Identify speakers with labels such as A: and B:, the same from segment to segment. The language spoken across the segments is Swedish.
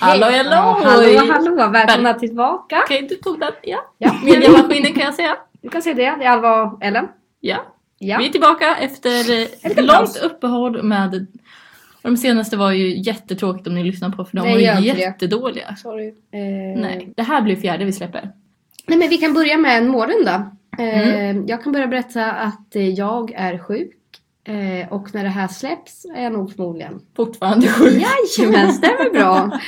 A: Hallå,
B: Hej.
A: hallå!
B: Ja, hallå, hallå! Välkomna
A: Väl-
B: tillbaka!
A: Okej, du tog den. Ja.
B: Ja.
A: Mediamaskinen kan jag säga.
B: Du kan se det, det är Alva och Ellen.
A: Ja.
B: Ja.
A: Vi är tillbaka efter eh,
B: liten
A: långt
B: paus.
A: uppehåll med... och De senaste var ju jättetråkigt om ni lyssnar på för de
B: Nej,
A: var
B: gör
A: ju
B: inte det.
A: jättedåliga.
B: Sorry. Eh,
A: Nej, det här blir fjärde vi släpper.
B: Nej men vi kan börja med en morgon då. Eh,
A: Mm.
B: Jag kan börja berätta att eh, jag är sjuk. Eh, och när det här släpps är jag nog förmodligen
A: Fortfarande sjuk.
B: Jajamän, stämmer bra.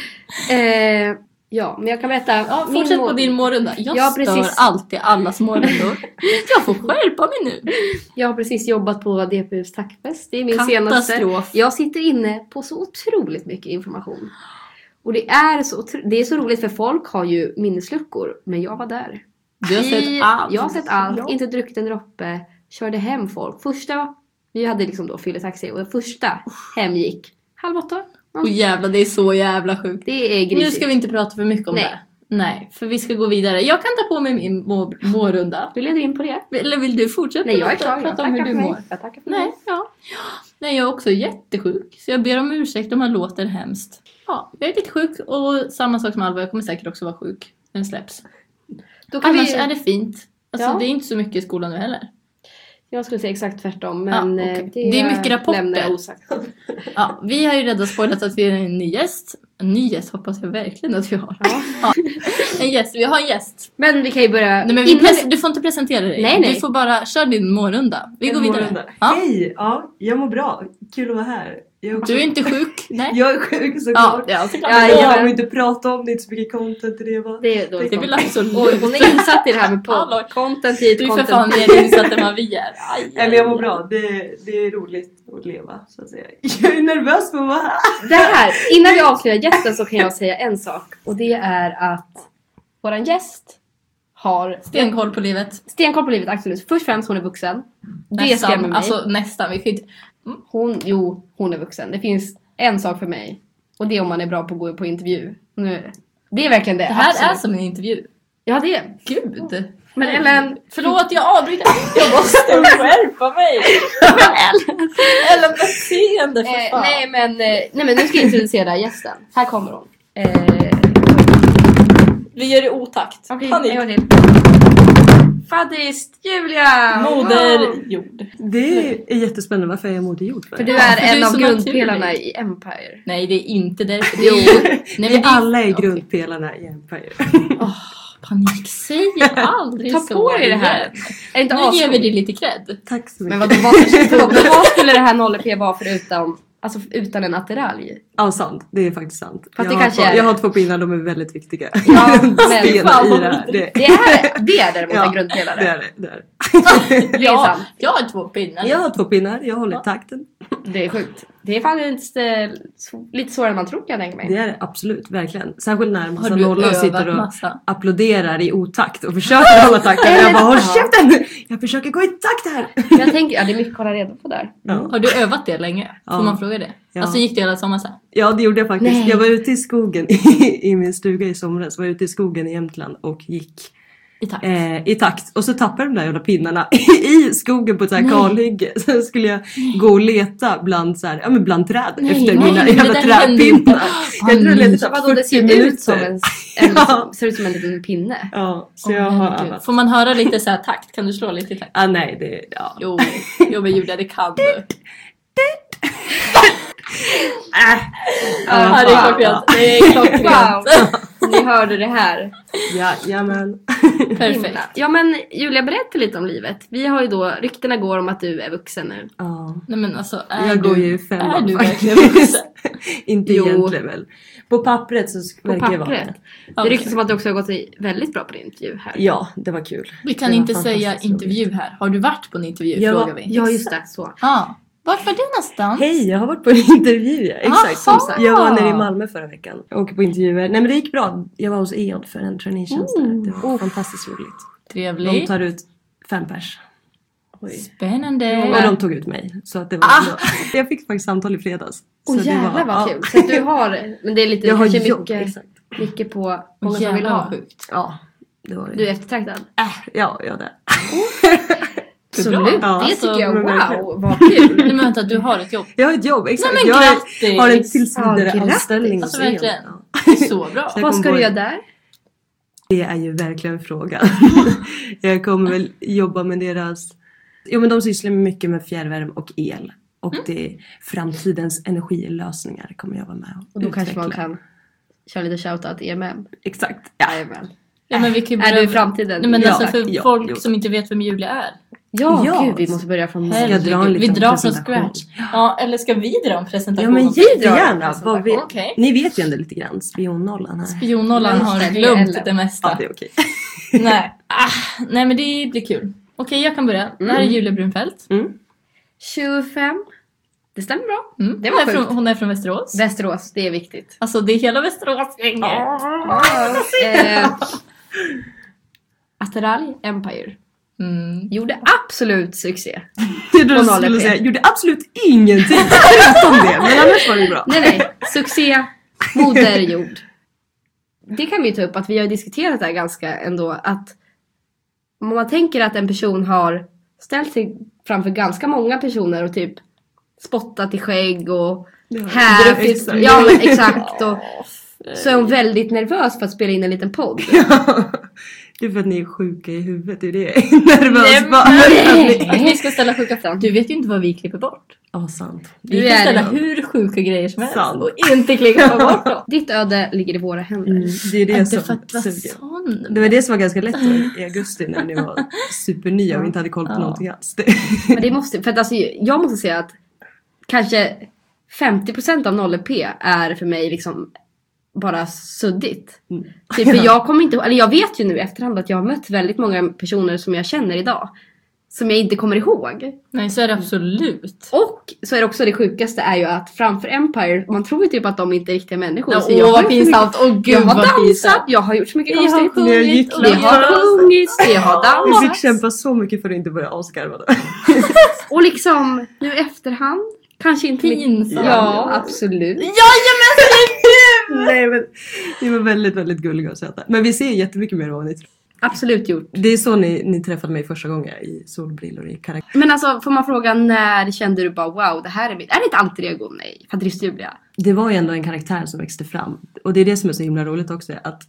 B: Eh, ja, men jag kan berätta.
A: Ja,
B: min
A: fortsätt på
B: mor-
A: din morgondag. Jag
B: Ja,
A: stör
B: precis.
A: alltid allas morgondor. jag får skärpa mig nu.
B: Jag har precis jobbat på DPUs tackfest. Det är min senaste.
A: Katastrof.
B: Jag sitter inne på så otroligt mycket information. Och det är, så, otro- det är så roligt för folk har ju minnesluckor. Men jag var där.
A: Du har
B: Vi-
A: sett allt.
B: Jag har sett allt.
A: Ja.
B: Inte druckit en droppe. Körde hem folk. Första, vi hade liksom då fylletaxi och den första hem gick halv åtta.
A: Och jävla, det är så jävla sjukt.
B: Det
A: Nu
B: är grisigt.
A: ska vi inte prata för mycket om
B: Nej.
A: det. Nej, för vi ska gå vidare. Jag kan ta på mig min må- mårunda.
B: Du leder in på det.
A: Eller vill du fortsätta
B: Nej, jag är
A: prata-
B: klar. Jag
A: prata om hur
B: tackar
A: du
B: för mig. Mm.
A: mår?
B: Jag tackar för mig.
A: Nej, ja. Nej, jag är också jättesjuk. Så jag ber om ursäkt om jag låter hemskt. Ja, jag är lite sjuk och samma sak som Alva, jag kommer säkert också vara sjuk när det släpps.
B: Då kan
A: Annars
B: vi...
A: är det fint. Alltså
B: Ja.
A: det är inte så mycket i skolan nu heller.
B: Jag skulle säga exakt tvärtom
A: Ja,
B: men
A: Ah, okej.
B: eh,
A: Det är mycket rapporter.
B: lämnar jag osagt.
A: Ja, vi har ju redan spoilat att vi är en ny gäst. En ny gäst hoppas jag verkligen att vi har.
B: Ja.
A: En gäst, vi har en gäst.
B: Men vi kan ju börja
A: Nej, men vi
B: innan vi-
A: pres- Du får inte presentera dig.
B: Nej, nej.
A: Du får bara köra din morgonrunda. Vi
C: En
A: går vidare.
C: morgondag.
A: Ja.
C: Hej! Ja, jag mår bra. Kul att vara här. Jag,
A: Du är inte sjuk. Nej.
C: jag är sjuk
A: Ja,
C: såklart.
A: det är alltså klart.
B: Ja,
C: Ja,
B: jag-
C: jag vill inte prata om det, inte så mycket content i det va.
B: Det är dåligt
A: Det är väl
B: content. Oj,
A: absolut.
B: hon är insatt i det här med
A: Hallå.
B: podd. Content hit,
A: Du är för
B: content
A: fan mer insatt än vad vi är. Aj,
C: Nej men jag mår bra, det, det är roligt att leva så att säga. Jag är nervös för att vara här.
B: Det här, innan vi avslöjar gästen så kan jag säga en sak och det är att våran gäst har
A: Stenkoll på livet.
B: stenkoll på livet absolut. Först och främst hon är vuxen. Det
A: Nästan.
B: skrämmer mig.
A: Alltså nästan. Vi kan ju inte...
B: Hon, jo, hon är vuxen. Det finns en sak för mig och det är om man är bra på att gå på intervju. Nu. Det är verkligen det.
A: Det här är
B: absolut.
A: som en intervju.
B: Ja det är
A: Gud.
B: Men Ellen,
A: Förlåt, jag avbryter. Jag måste skärpa mig. Eller beteende för
B: Eh,
A: fan.
B: nej, men, eh, nej men nu ska jag introducera gästen. Här kommer hon. Eh,
A: Vi gör det otakt.
B: Okej,
A: Panik.
B: en gång till. Faddist Julia! Wow.
A: Moder jord.
C: Det är jättespännande varför jag är moderjord.
B: För du
A: Ja,
B: är
A: för du är
B: en av
A: så
B: grundpelarna
A: naturlig.
B: i Empire.
A: Nej det är inte därför. Det
B: Jo.
A: är ju... Nej, men det är-
C: Alla är
A: Okej.
C: grundpelarna i Empire.
A: Panik, säg aldrig
B: Ta
A: så.
B: på dig det här.
A: igen.
B: Är det inte
A: Nu ger
B: ascoolt?
A: vi dig lite cred.
C: Tack så
B: Men
C: mycket.
B: vad, vad, förlåt, men vad skulle det här 0P vara förutom, alltså utan en attiralj?
C: Ja sant, det är faktiskt sant.
B: Fast
C: jag,
B: det
C: har
B: kanske
C: två,
B: är-
C: jag har två pinnar, de är väldigt viktiga.
B: Ja, men
C: Stenar
A: fan
C: i
A: vad
C: det här. Det,
B: Det är, det är däremot
C: Ja,
B: en grundpelare.
C: det är det. det, är det.
B: Det är sant.
A: jag har två pinnar.
C: Jag har två pinnar, jag håller takten.
B: Det är sjukt. Det är fan inte, lite svårare än man tror kan jag tänka mig.
C: Det är det absolut, verkligen. Särskilt när en
A: Har
C: massa
A: du
C: nollor
A: övat
C: sitter och
A: massa?
C: applåderar i otakt och försöker hålla takten. Jag bara håll käften! Jag försöker gå i takt här!
B: Men Jag tänker, ja det är mycket att hålla reda på där.
C: Ja,
A: Mm. Har du övat det länge? Får
C: Ja.
A: man fråga det?
C: Ja.
A: Alltså gick det hela sommaren så här?
C: ja det gjorde jag faktiskt.
B: Nej.
C: Jag var ute i skogen i, i min stuga i somras. Var ute i skogen i Jämtland och gick
A: I takt?
C: eh, i takt. Och så tappade de där jävla pinnarna i skogen på ett så här
A: Nej.
C: kalhygge. Sen skulle jag gå och leta bland, så här, ja, men bland träd
A: Nej,
C: efter
A: nej,
C: mina
A: det
C: jävla
A: där hände inte.
C: trädpinnar. Jag tror det ledde så här
B: Vadå det
C: 40
B: ser ut som
C: minuter.
B: en, en
C: Ja.
B: ser ut som en liten pinne.
C: Ja, så
A: Åh,
C: jag har
A: herregud.
C: övat.
A: Får man höra lite så här takt? Kan du slå lite i takt?
C: Ah, nej, det, ja.
A: Jo, jo men Julia det kan du.
C: Äh.
A: Ja, det är
B: fan.
A: klockrent. Det är klockrent.
B: Wow! Ni hörde det här.
C: Ja, jajamän.
A: Perfekt.
B: Himla. Ja men Julia berätta lite om livet. Vi har ju då, ryktena går om att du är vuxen nu.
C: Ja.
A: Nej men alltså är
C: Jag
A: du,
C: går ju i
A: är
C: femman
A: du verkligen
C: faktiskt.
A: vuxen?
C: Inte
B: Jo.
C: egentligen väl. På pappret så sk-
B: På
C: verkar jag vara det.
B: pappret. Det ryktas som att du också har gått i- väldigt bra på din intervju här.
C: Ja, det var kul.
A: Vi kan
C: Det var
A: inte säga
C: fantastiskt roligt.
A: intervju här. Har du varit på en intervju?
C: Ja.
A: Frågar vi.
B: Ja just det, så.
A: Ah, vart var du någonstans?
C: Hej, jag har varit på en intervju. Ja. Exakt som
A: Aha!
C: sagt. Jag var nere i Malmö förra veckan. Jag åker på intervjuer. Nej men det gick bra. Jag var hos E.ON för en traineetjänst
B: Mm.
C: där. Det var fantastiskt roligt. De
A: Trevligt.
C: tar ut fem pers. Oj.
A: Spännande.
B: Ja,
C: Och de tog ut mig. Så att det var
A: Ah!
C: Jag fick faktiskt samtal i fredags. Så
B: Åh
C: det
B: jävlar
C: var-
B: vad
C: ja.
B: kul. Så att du har, men det är lite,
C: Jag har
B: kanske
C: jobb.
B: mycket,
C: Exakt.
B: mycket på
A: Åh,
B: många som vill
A: jävlar,
B: ha.
A: vad sjukt.
C: Ja, det var det.
B: Du är eftertraktad.
C: Ja, ja det.
B: Absolut,
C: Ja,
B: det
A: alltså,
B: tycker jag,
C: men verkligen.
B: wow vad kul.
A: Nej men vänta, du har ett jobb.
C: Jag har ett jobb, exakt.
A: Nej men
C: jag är-
A: grattis!
C: har en tills
B: Ja,
C: vidare
B: grattis.
C: anställning
A: Alltså,
C: hos Eon.
A: verkligen.
C: Ja.
A: Så bra.
C: Jag
B: Vad
C: kom
B: ska
C: på-
B: du göra där?
C: Det är ju verkligen frågan. jag kommer väl jobba med deras... Jo men de sysslar mycket med fjärrvärme och el. Och
A: Mm.
C: det är framtidens energilösningar kommer jag vara med och
B: Och då kanske
C: utveckla.
B: man kan köra lite shoutout E EMM.
C: Exakt. Ja.
B: Jajamän.
A: Ja, men vi kan ju
B: E Är
A: börja-
B: du i framtiden?
A: Nej, men
C: Ja,
A: alltså för
C: ja,
A: folk
C: jo.
A: som inte vet vem Julia är.
B: ja,
C: Ja.
B: gud vi måste börja från
C: Ska jag dra en
A: Herregud, vi
C: liten
A: drar från
C: presentation?
A: scratch. Ja, eller ska vi dra en
C: Ja
A: presentation?
C: men jättegärna!
B: presentation.
C: Vad vi...
A: Okej.
C: Ni vet ju ändå lite grann, spionnollan här.
A: Spionnollan
B: Ja,
A: har
B: det är
A: glömt
B: Ellen.
A: det mesta.
C: Ja, det är okej.
A: Nej. Ah, nej men det blir kul. Okej jag kan börja. Det här är
C: Mm.
A: Julia Brunfeldt.
B: 25. Det stämmer bra.
A: Mm.
B: Det
A: hon,
B: var
A: är från,
B: sjukt.
A: hon är från Västerås.
B: Västerås, det är viktigt.
A: Alltså det är hela Västerås länge.
B: Eh, Asteralj Empire
A: Mm.
B: gjorde absolut succé.
C: Det är det
B: Och
C: du
B: noll
C: skulle
B: EP.
C: säga. Gjorde absolut ingenting förutom det. Men annars var det bra.
B: Nej, nej. Succé, moder jord. Det kan vi ta upp att vi har diskuterat det här ganska ändå att om man tänker att en person har ställt sig framför ganska många personer och typ spottat i skägg och hävt.
C: Exakt.
B: Ja, men exakt. Och, så är hon väldigt nervös för att spela in en liten podd.
C: Det är för att ni är sjuka i huvudet. Det är det jag är nervös
A: Nej,
C: för.
B: Att vi ska ställa sjuka frågor.
A: Du vet ju inte vad vi klipper bort.
C: Ja, sant.
A: Vi
B: Du
A: kan
B: är
A: ställa
B: det.
A: hur sjuka grejer som helst
C: Sant.
A: och inte klippa bort dem.
B: Ditt öde ligger i våra händer.
C: Mm, det är det
A: Inte för
C: som
A: att vara
C: suger.
A: sån.
C: Det var det som var ganska lätt då, i augusti när ni var supernya och inte hade koll på
A: Ja. Typ,
C: någonting alls. Det,
B: Men det måste, för att alltså, jag måste säga att kanske 50% av 0P är för mig liksom bara suddigt.
C: Mm.
B: Typ, för jag kommer inte, eller jag vet ju nu i efterhand att jag har mött väldigt många personer som jag känner idag. Som jag inte kommer ihåg.
A: Nej så är det absolut.
B: Och så är det också det sjukaste är ju att framför Empire, man tror ju typ att de inte är riktiga människor.
A: Ja,
B: så
A: Åh
B: jag har
A: vad
B: gjort
A: pinsamt. Åh gud
B: Jag har
A: vad
B: dansat,
A: pinsamt.
B: jag har gjort så mycket
A: Vi har
B: konstigt.
C: Jag gick
A: sjungit och
B: Det har sjungits, det har
C: vi fick
B: dansats.
C: kämpa så mycket för att inte börja avskarva det.
B: Och liksom nu i efterhand, kanske inte mycket-
A: Pinsamt.
B: Ja, absolut.
C: Nej men ni var väldigt, väldigt gulliga och söta. Men vi ser jättemycket mer än vad ni tror.
B: Absolut gjort.
C: Det är så ni, ni träffade mig första gången i solbrillor i karaktär.
B: Men alltså får man fråga när kände du bara wow det här är mitt, är det ett alter ego? Nej, Fadrist Julia.
C: det var ju ändå en karaktär som växte fram. Och det är det som är så himla roligt också. Att,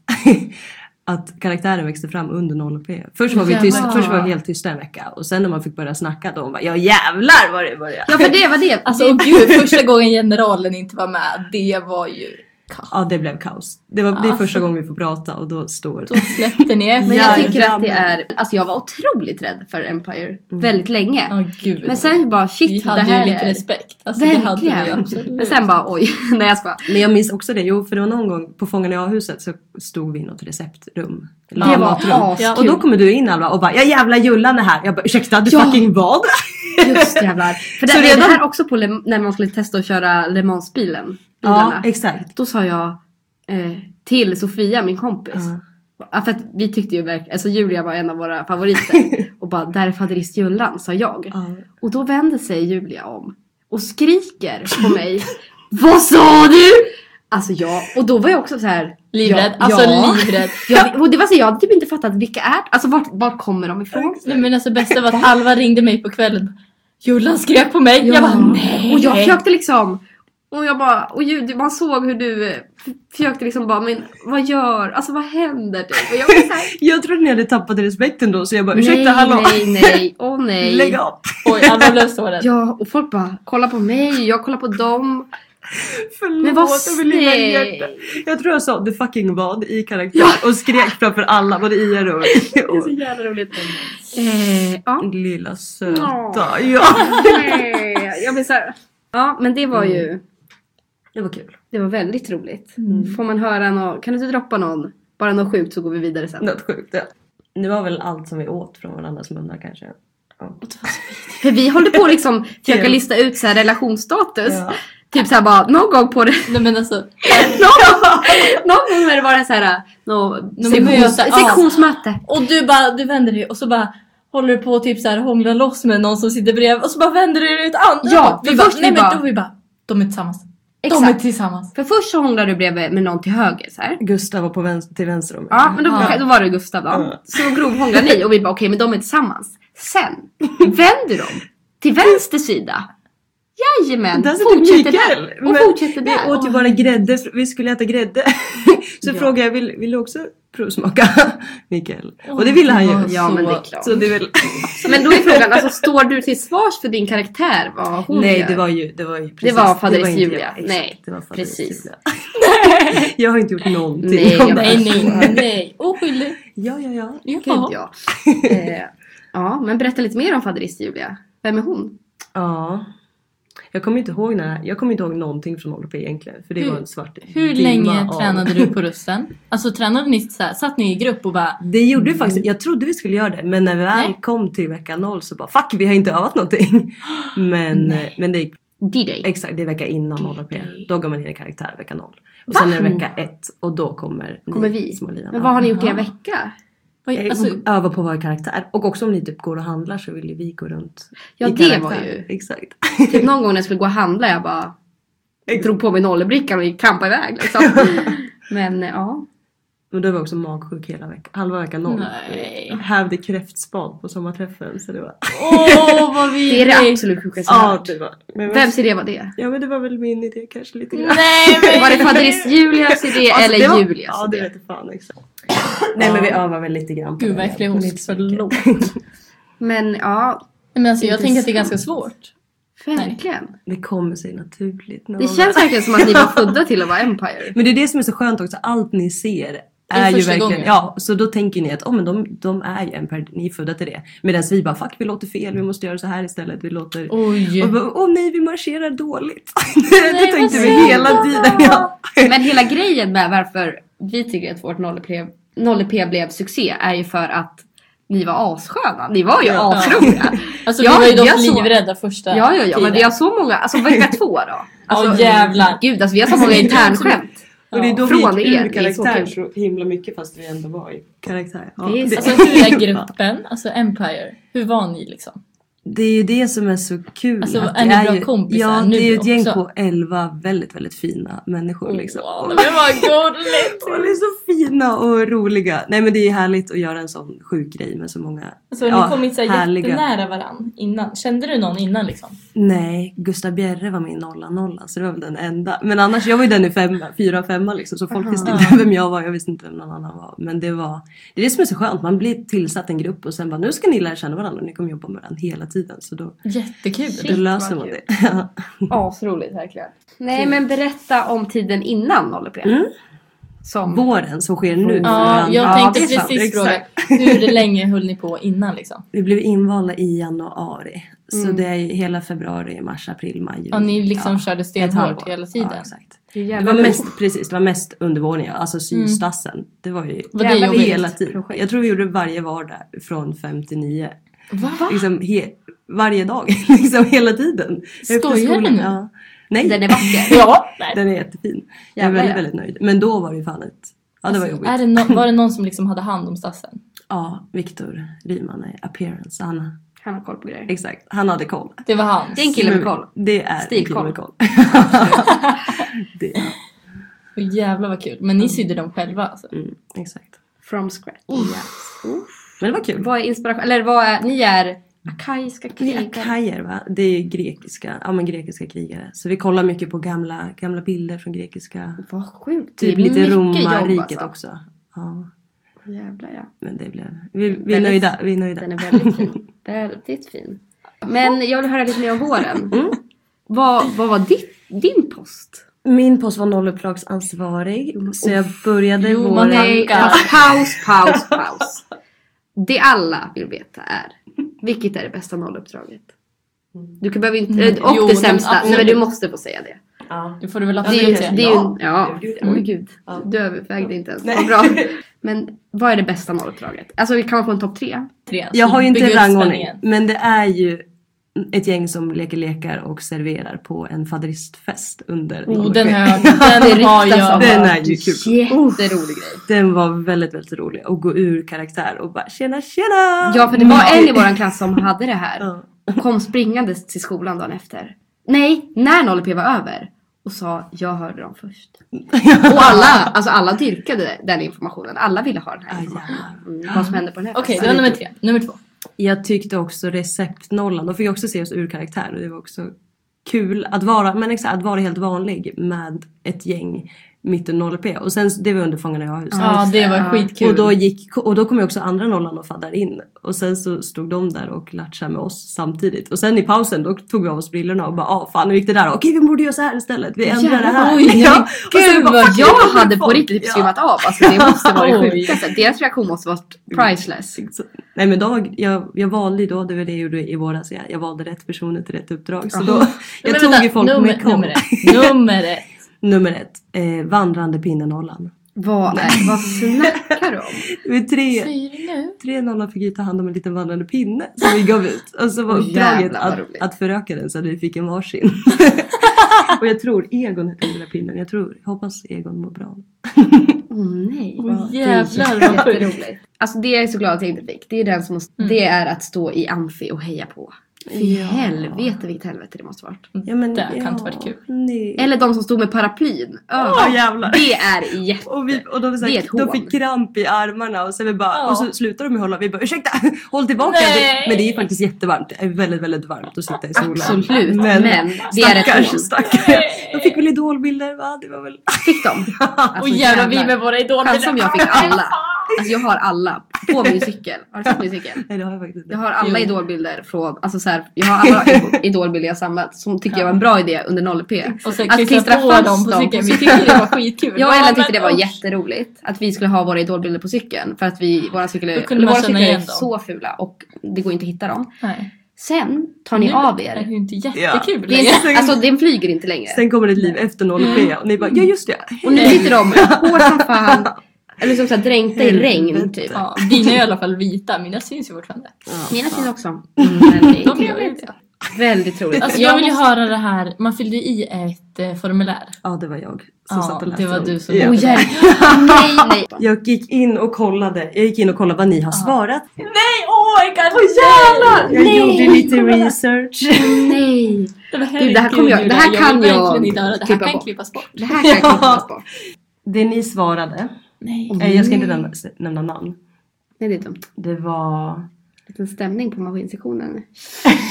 C: att karaktären växte fram under 0P. Först var vi
A: Jävlar.
C: tyst, först var vi helt tysta en vecka. Och sen när man fick börja snacka då bara, ja jävlar vad det började.
B: Ja för det var det.
A: Alltså åh gud första gången generalen inte var med. Det var ju kaos.
C: Ja det blev kaos. Det, var, det är
A: Alltså.
C: första gången vi får prata och då står
A: Då släppte ni efter.
B: men jag
C: jävlar.
B: tycker att det är, alltså jag var otroligt rädd för
C: Mm.
B: Empire väldigt länge.
A: Åh gud.
B: Men sen bara
A: vi
B: shit det
A: hade ju
B: här
A: lite
B: är...
A: respekt. Alltså, det hade vi ju
B: Verkligen.
A: absolut.
B: Men sen bara oj, nej jag skojar.
C: Men jag minns också det, jo för det var någon gång på Fångarna i A-huset så stod vi i något receptrum. Eller
B: Det var
C: något matrum.
B: askul.
C: Och då kommer du in Alva och bara, ja jävla Jullan är här. Jag bara, ursäkta du
B: Ja.
C: fucking vad?
B: Just jävlar. För det,
C: Så
B: det
C: redan-
B: här också på Le, när man skulle testa att köra Le Mans-bilen.
C: Ja
B: bilarna.
C: exakt.
B: Då sa jag eh, till Sofia, min kompis.
C: Ja.
B: Ja, för att vi tyckte ju verkligen, alltså Julia var en av våra favoriter. och bara, där är faderist Jullan, sa jag.
C: Ja.
B: Och då vänder sig Julia om och skriker på mig. Vad sa du? Alltså jag, och då var jag också så här.
A: Livrädd.
B: Ja,
A: alltså
B: ja.
A: livrädd.
B: Jag, och det var så, jag hade typ inte fattat vilka är, alltså vart, vart kommer de ifrån?
A: Nej, men alltså bästa var att Alva ringde mig på kvällen. Jullan skrek på mig. Jag bara nej.
B: Och jag försökte liksom och jag bara, och ljud, man såg hur du eh, f- försökte liksom bara, men vad gör, alltså vad händer typ? Och jag var så här,
C: Jag trodde ni hade tappat respekten då så jag bara, ursäkta hallå.
B: nej, nej, nej, åh nej.
C: Lägg av!
A: Oj Alva blev så rädd.
B: Ja, och folk bara kolla på mig, jag kollar på dem.
C: Förlåt
B: Men vad
C: över lilla
B: snällt.
C: hjärta. Jag tror jag sa the fucking vad i karaktär och skrek framför alla, både i er och,
B: Det är så
C: och
B: jävla roligt. Eh, ja.
C: lilla söta.
B: Ja.
C: Ja.
B: Eh, jag blir så här. Ja, men det var
A: Mm.
B: ju,
C: Det var kul.
B: det var väldigt roligt. Får man höra någon, kan du inte droppa någon, bara något sjukt så går vi vidare sen.
C: Något sjukt. Ja. Det var väl allt som vi åt från varandras munnar kanske. Ja.
B: För vi håller på liksom försöka
C: Kul.
B: lista ut så här relationsstatus.
C: Ja.
B: Typ så här bara, någon gång på det,
A: Nej men alltså.
B: någon gång är det bara så här, nå-
A: men
B: sektions,
A: möte, ja.
B: sektionsmöte.
A: Och du bara du vänder dig och så bara håller du på och typ så här hånglar loss med någon som sitter bredvid och så bara vänder du dig åt andra
B: Ja,
A: hållet. vi
B: för
A: bara,
B: först
A: nej
B: vi
A: men
B: bara-
A: då vi bara de är tillsammans. De är
B: Exakt.
A: tillsammans.
B: För först så hånglade du bredvid med någon till höger så här.
C: Gustav var på vänster, till vänster om mig.
B: Ja, men då,
A: Ja.
B: då var det Gustav då.
C: Ja.
B: Så grovhånglade ni och vi bara okej, men de är tillsammans. Sen vänder de till vänster sida Jajamän!
C: Där sitter
B: Fortsätter
C: typ Mikael,
B: Mm. där. Och
C: men
B: fortsätter
C: Vi
B: där.
C: åt ju bara grädde, för vi skulle äta grädde. Så
B: Ja.
C: frågade jag, vill, vill du också provsmaka Mikael? Och det ville han ju.
A: Åh,
B: Ja, men det är
A: så-
B: klart.
C: Så det är väl...
B: Men då är frågan, alltså, står du till svars för din karaktär? Vad hon
C: Nej,
B: gör?
C: det var ju... Det var, ju precis,
B: var Fader
C: inte
B: Julia.
C: jag. Exakt,
B: Nej,
C: det var Fader
B: precis.
C: Julia. jag har inte gjort någonting.
B: Nej,
C: om
B: jag
C: det här.
A: Nej, nej, nej. Oskyldig.
C: Ja, ja, ja.
A: Ja.
B: Gud ja. Eh, ja, men berätta lite mer om faderist Julia. Vem är hon?
C: Ja. Jag kommer inte ihåg när, jag kommer inte ihåg någonting från Ollop egentligen. För det
A: Hur-
C: var en svart
A: Hur
C: dimma
A: länge
C: av-
A: tränade du på russen? Alltså tränade ni så här, satt ni i grupp och bara
C: Det gjorde vi faktiskt. Jag trodde vi skulle göra det. Men när vi väl
A: Nej.
C: kom till vecka noll så bara fuck vi har inte övat någonting. Men, eh,
A: Nej.
C: men det gick
B: D-Day.
C: Exakt, det är vecka innan OLP. Då går man in i karaktär vecka noll. Och
B: Va?
C: sen är det vecka ett och då kommer, ni
B: Kommer vi?
C: små linan.
B: Men vad har ni gjort i en
A: Jaha.
B: vecka?
A: vad-
C: Eh,
A: alltså,
C: Öva på vår karaktär. Och också om ni typ går och handlar så vill ju vi gå runt
B: Ja,
C: i
B: det
C: karaktär.
B: var ju...
C: Exakt.
B: Typ någon gång när jag skulle gå och handla, jag bara drog på mig nollebrickan och gick trampa iväg liksom. Men eh, ja.
C: Men då var jag också magsjuk hela veckan. Halva vecka noll.
A: Nej.
C: Hävde kräftspad på sommarträffen. Så det var...
A: Åh vad
B: Det är
A: vidrigt!
B: det absolut sjukaste jag
C: Ja,
B: hört.
C: det var... Men,
B: Vems idé var det?
C: Ja men det var väl min idé kanske lite grann.
A: Nej men!
B: Var det faderist Julias idé
C: Alltså, det
B: eller
C: var-
B: Julias
C: Ja det
B: idé?
C: vete fan exakt. Nej men vi övar väl lite grann på
A: Gud
C: det.
A: vad äcklig
C: Lite
A: host,
C: så mycket.
A: förlåt.
B: Men ja,
A: Men alltså, jag tänker att det är ganska svårt.
B: verkligen.
C: Det kommer sig naturligt. när
B: Det
C: man
B: känns verkligen som att ni var födda till att vara Empire.
C: Men det är det som är så skönt också, allt ni ser är ju
A: första
C: verkligen,
A: gången.
C: ja så då tänker ni att oh, men de, de är ju en per, ni är födda till det. Medan vi bara fuck vi låter fel, vi måste göra så här istället, vi låter
A: Oj!
C: och bara, åh nej vi marscherar dåligt. det
A: vad
C: tänkte vi
A: synd.
C: hela tiden. Ja.
B: Men hela grejen med varför vi tycker att vårt 0P, 0P blev succé är ju för att ni var assköna. Ni var ju
C: Ja.
B: asroliga.
A: Alltså
B: Ja,
A: vi var ju
B: jag
A: dock
B: såg-
A: livrädda första
B: Ja, ja, ja, men
A: tiden.
B: vi har så många, alltså vecka två då. Alltså,
A: Åh, jävlar.
B: Gud, alltså vi har så många internskämt.
C: Och det är då
B: Från
C: vi
B: er,
C: gick
B: det
C: ur
B: är så
C: karaktär
B: kul.
C: så himla mycket fast vi ändå var i karaktär. Ja,
B: Det är så-
A: Alltså hur är gruppen, alltså Empire, hur var ni liksom?
C: Det är ju det som är så kul.
A: Alltså,
C: att
A: är
C: det
A: ni bra
C: ju,
A: kompisar
C: Ja,
A: nu
C: det är ju ett gäng
A: också?
C: på 11 väldigt, väldigt fina människor liksom.
A: Wow, men det var gulligt!
C: Och de Alltså, är så fina och roliga. Nej men det är härligt att göra en sån sjuk grej med så många
A: Alltså ni
C: ja,
A: kom inte så här
C: härliga.
A: jättenära varann innan. Kände du någon innan liksom?
C: Nej, Gustav Bjerre var min nolla nolla så det var väl den enda. Men annars, jag var ju den i femma, fyra femma liksom så folk visste inte vem jag var. Jag visste inte vem någon annan var. Men det var, det är det som är så skönt. Man blir tillsatt en grupp och sen bara nu ska ni lära känna varandra och ni kommer jobba med varandra hela tiden. Så då,
A: Jättekul!
C: då
B: Shit,
C: löser
B: vad
C: man
B: kul.
C: det.
B: Asroligt verkligen. Nej, men berätta om tiden innan 0P.
C: Mm.
B: Som...
C: Våren som sker nu.
A: Ja, jag tänkte
B: det är sant.
A: precis
C: Exakt.
A: fråga hur länge höll ni på innan liksom?
C: Vi blev invalda i januari. Så
B: Mm.
C: det är ju hela februari, mars, april, maj, juli.
A: Ja, ni liksom körde
C: ett
A: stenhårt
C: halvår.
A: hela tiden.
C: Ja, exakt.
B: Hur
C: Det
B: jävla
C: var mest, precis, det var mest undervåningen, alltså systassen. Det var ju
A: Var det
B: Jävla
A: jobbigt?
C: hela tiden.
B: projekt.
C: Jag tror vi gjorde varje vardag från fem till nio.
A: Va?
C: Liksom he, varje dag, liksom hela tiden. Efter
A: Skojar du
C: skolan,
A: nu?
C: Ja. Nej,
B: Den är vacker.
A: Ja! Nej.
C: den är jättefin. Jag är
B: Jävlar,
C: väldigt,
B: ja.
C: väldigt nöjd. Men då var det ju fan ett... Ja, det var jobbigt.
A: Alltså, Är det nå- var det någon som liksom hade hand om stassen?
C: Ja, Viktor Ryman är appearance. Han,
B: Han har koll på grejer.
C: exakt, han hade koll. Mm.
A: Det var han.
B: Det är en kille med koll.
C: Det är en kille med koll. det,
A: Och jävlar vad kul. Men ni sydde dem själva alltså?
C: mm, exakt.
B: From scratch. Ja.
C: Men det var kul.
B: Vad är inspiration? Eller vad är... Ni är akaiska
C: Det är
B: krigare.
C: akajer va? Det är grekiska, ja men grekiska krigare. Så vi kollar mycket på gamla, gamla bilder från grekiska.
B: Vad sjukt.
C: Typ
B: Det är
C: lite
B: mycket jobb,
C: romarriket
B: alltså.
C: också. Ja,
B: Jävlar ja.
C: men det blev... Vi, vi är
B: Väldigt-
C: nöjda, vi är nöjda.
B: Den är väldigt fin. väldigt fin. Men jag vill höra lite mer om våren.
C: Mm.
B: Vad, vad var ditt, din post?
C: Min post var nolluppdragsansvarig. Så jag började
A: Jo, man
C: våren...
A: är-
B: Nej,
A: Tackar.
B: alltså, paus, paus, paus. Det alla vill veta är, vilket är det bästa nolluppdraget? Du kan behöva inte,
A: Mm.
B: och
A: Jo,
B: det
A: men
B: sämsta. Nej, men
A: absolut.
B: du måste få säga det.
C: Ja.
A: Det får du väl
B: det,
A: absolut
B: är ju,
A: säga.
B: det är ju,
C: Ja.
B: ja.
C: Gud, ja.
B: Oj gud.
C: Ja.
B: Du övervägde inte ens.
C: Nej.
B: Vad bra. Men vad är det bästa nolluppdraget? Alltså kan man få en topp tre?
A: Tre, alltså,
C: Jag har ju inte
A: bygga upp
C: rangordning.
A: spänningen.
C: Men det är ju ett gäng som leker lekar och serverar på en faderistfest under
A: Oh,
C: nolluppdrag.
A: den har, den har jag.
C: Den är ju kul.
B: Jätterolig grej.
C: Den var väldigt, väldigt rolig. Och gå ur karaktär och bara tjena tjena!
B: Ja för det var en i våran klass som hade det här.
C: Ja.
B: Och kom springandes till skolan dagen efter. Nej, när 0P var över. Och sa jag hörde dem först. Och alla, alltså alla dyrkade den informationen. Alla ville ha den här
C: Ah,
B: informationen.
C: jävlar.
B: Mm, vad som hände på den här
A: Okej, det
B: festen.
A: var nummer tre. Nummer två.
C: Jag tyckte också receptnollan, de fick också se oss ur karaktär och det var också kul att vara, men exakt, att vara helt vanlig med ett gäng mitt och 0 p Och sen, det var under Fångarna i Åhus.
A: Ja, det var
B: Ja.
A: skitkul.
C: Och då, gick, och då kom ju också andra nollan och faddar in. Och sen så stod de där och latchade med oss samtidigt. Och sen i pausen då tog vi av oss brillorna och bara ah fan nu gick det där. Okej vi borde göra så här istället. Vi ändrar det här.
A: Jävlar, oj,
C: Och sen
B: Gud
C: bara,
B: vad
C: "Fuck,
B: jag
C: det var
B: hade på
C: folk."
B: riktigt
C: Ja.
B: svimmat av. Alltså det måste vara det
A: Oj.
B: sjukaste. Deras reaktion måste vara priceless.
C: Så- Nej men då, jag, jag valde ju då, det var det jag gjorde i våras, jag, jag valde rätt personer till rätt uppdrag. Så
B: Jaha.
C: då, jag
A: Men
C: tog
A: vänta,
C: ju folk
A: nummer,
C: med kom.
A: Nummer ett. Nummer ett.
C: Nummer ett, eh, vandrande pinnenollan.
B: Vad, nej, vad snackar du om?
C: Det var tre,
A: Säger du nu?
C: tre nollan fick ju ta hand om en liten vandrande pinne som vi gav ut. Och så var
B: Åh, jävlar,
C: uppdraget
B: vad
C: att,
B: roligt.
C: att föröka den så att vi fick en varsin. och jag tror Egon hette den lilla pinnen, jag tror, jag hoppas Egon mår bra.
B: Åh nej.
A: Åh,
B: Det
A: jävlar,
B: är
A: vad sjukt.
B: jätteroligt. Alltså det jag är så glad att jag inte fick, det är, den som måste,
A: Mm.
B: det är att stå i amfi och heja på. Fy
C: Ja.
B: helvete vilket helvete det måste varit.
C: Ja, men,
A: Det kan inte varit kul.
C: Nej.
B: Eller de som stod med paraplyn. Ja,
C: Ja, jävlar.
B: det är jätte...
C: Och, vi, och de, så
B: Det är
C: här,
B: ett hån.
C: de fick kramp i armarna och, så vi bara,
A: Ja.
C: och så slutade de med hålla. Vi bara ursäkta, håll tillbaka.
A: Nej.
C: Det, men det är ju faktiskt jättevarmt. Det är väldigt, väldigt varmt att sitta i solen.
B: Absolut, men, det är ett
C: stackars,
B: hån.
C: stackars. De fick väl idolbilder va? Det var väl...
B: Fick de? Alltså,
A: och jävlar vi med våra idoler.
B: Fan som jag fick alla. Alltså jag har alla på min cykel. Har du sett min cykel?
C: Nej det har jag faktiskt inte.
B: Jag har alla
A: Jo.
B: idolbilder från, alltså så här, jag har alla idol- idolbilder jag samlat som tycker jag var en bra idé under 0P.
A: Och sen
B: Att
A: klistra
B: klistra
A: på
B: fast
A: dem på
B: dem
A: cykeln.
B: på
A: Vi tyckte det var skitkul.
B: Jag och
A: Ja,
B: Ellen tyckte det
A: men
B: var
A: usch.
B: jätteroligt att vi skulle ha våra idolbilder på cykeln för att vi, våra cyklar,
A: Då kunde
B: eller
A: man
B: våra
A: känna
B: cyklar är
A: igen dem.
B: så fula och det går inte att hitta dem.
A: Nej.
B: Sen tar ni
A: Nu
B: av
A: är det
B: er.
A: ju inte jättekul
B: Det
A: längre.
B: är, alltså den flyger inte längre.
C: Sen kommer det ett liv efter 0P och ni bara ja just det.
B: Och nu sitter de hårt som fan. Eller som såhär dränkta i regn
C: Helvete.
B: typ.
A: Ja, dina är i alla fall vita, mina syns ju fortfarande.
B: Mina syns också. Mm,
A: De är
B: väldigt,
A: vita.
B: väldigt roligt.
A: Alltså, jag vill ju höra det här, man fyllde i ett eh, formulär.
C: Ja det var jag som
A: Ja,
C: satt och läste
A: det var
C: dem.
A: du som-
C: ja.
B: Oh, nej, nej.
C: Jag gick in och kollade. Jag gick in och kollade vad ni har svarat.
A: Nej, åh oh my god!
C: jävlar! Jag
B: Nej.
C: gjorde lite research.
B: nej.
A: Det, var
B: Gud, det här kommer jag- det här kan jag klippa bort.
A: klippas bort.
B: Det här kan jag inte ta bort.
C: Det ni svarade.
A: Nej.
C: Eh, Jag ska inte nämna, nämna namn.
B: Nej, det är dumt.
C: Det var...
B: Liten stämning på maskinsektionen.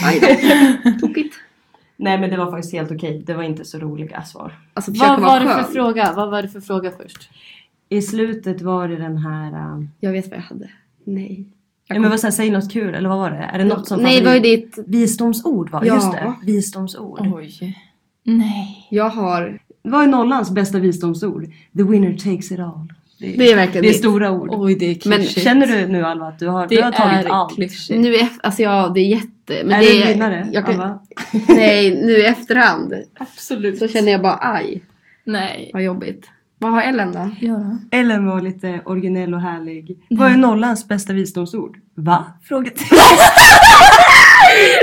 B: Aj då. Tokigt.
C: Nej men det var faktiskt helt okej. Det var inte så roliga svar.
B: Alltså försöka
A: Vad var
B: vara
A: det för
B: skön.
A: fråga? Vad var det för fråga först?
C: I slutet var det den här... eh,
B: jag vet vad jag hade. Nej.
C: Ja, men vad säger, säg något kul eller vad var det? Är det något som...
B: nej,
C: favorit-
B: vad är ditt?
C: Visdomsord var det,
B: Ja.
C: just det. Visdomsord.
A: Oj. Nej.
B: Jag har...
C: Vad är nollans bästa visdomsord? The winner takes it all. Det är,
B: Det är verkligen
C: det är
B: ditt.
C: stora ord.
A: Oj, det är
B: Men
A: klyschigt.
C: Känner du nu Alva att du har,
A: det
C: du har tagit
A: är
C: allt?
A: klyschigt.
B: Nu är, alltså ja, det är jätte... Men
C: är
B: det
C: du en vinnare
B: Jag kan,
C: Alva?
B: nej, nu i efterhand
A: Absolut.
B: så känner jag bara aj,
A: Nej.
B: vad jobbigt. Vad har Ellen då?
A: Ja.
C: Ellen var lite originell och härlig. Vad
B: Mm.
C: är nollans bästa visdomsord? Va? Frågetecken.
B: Det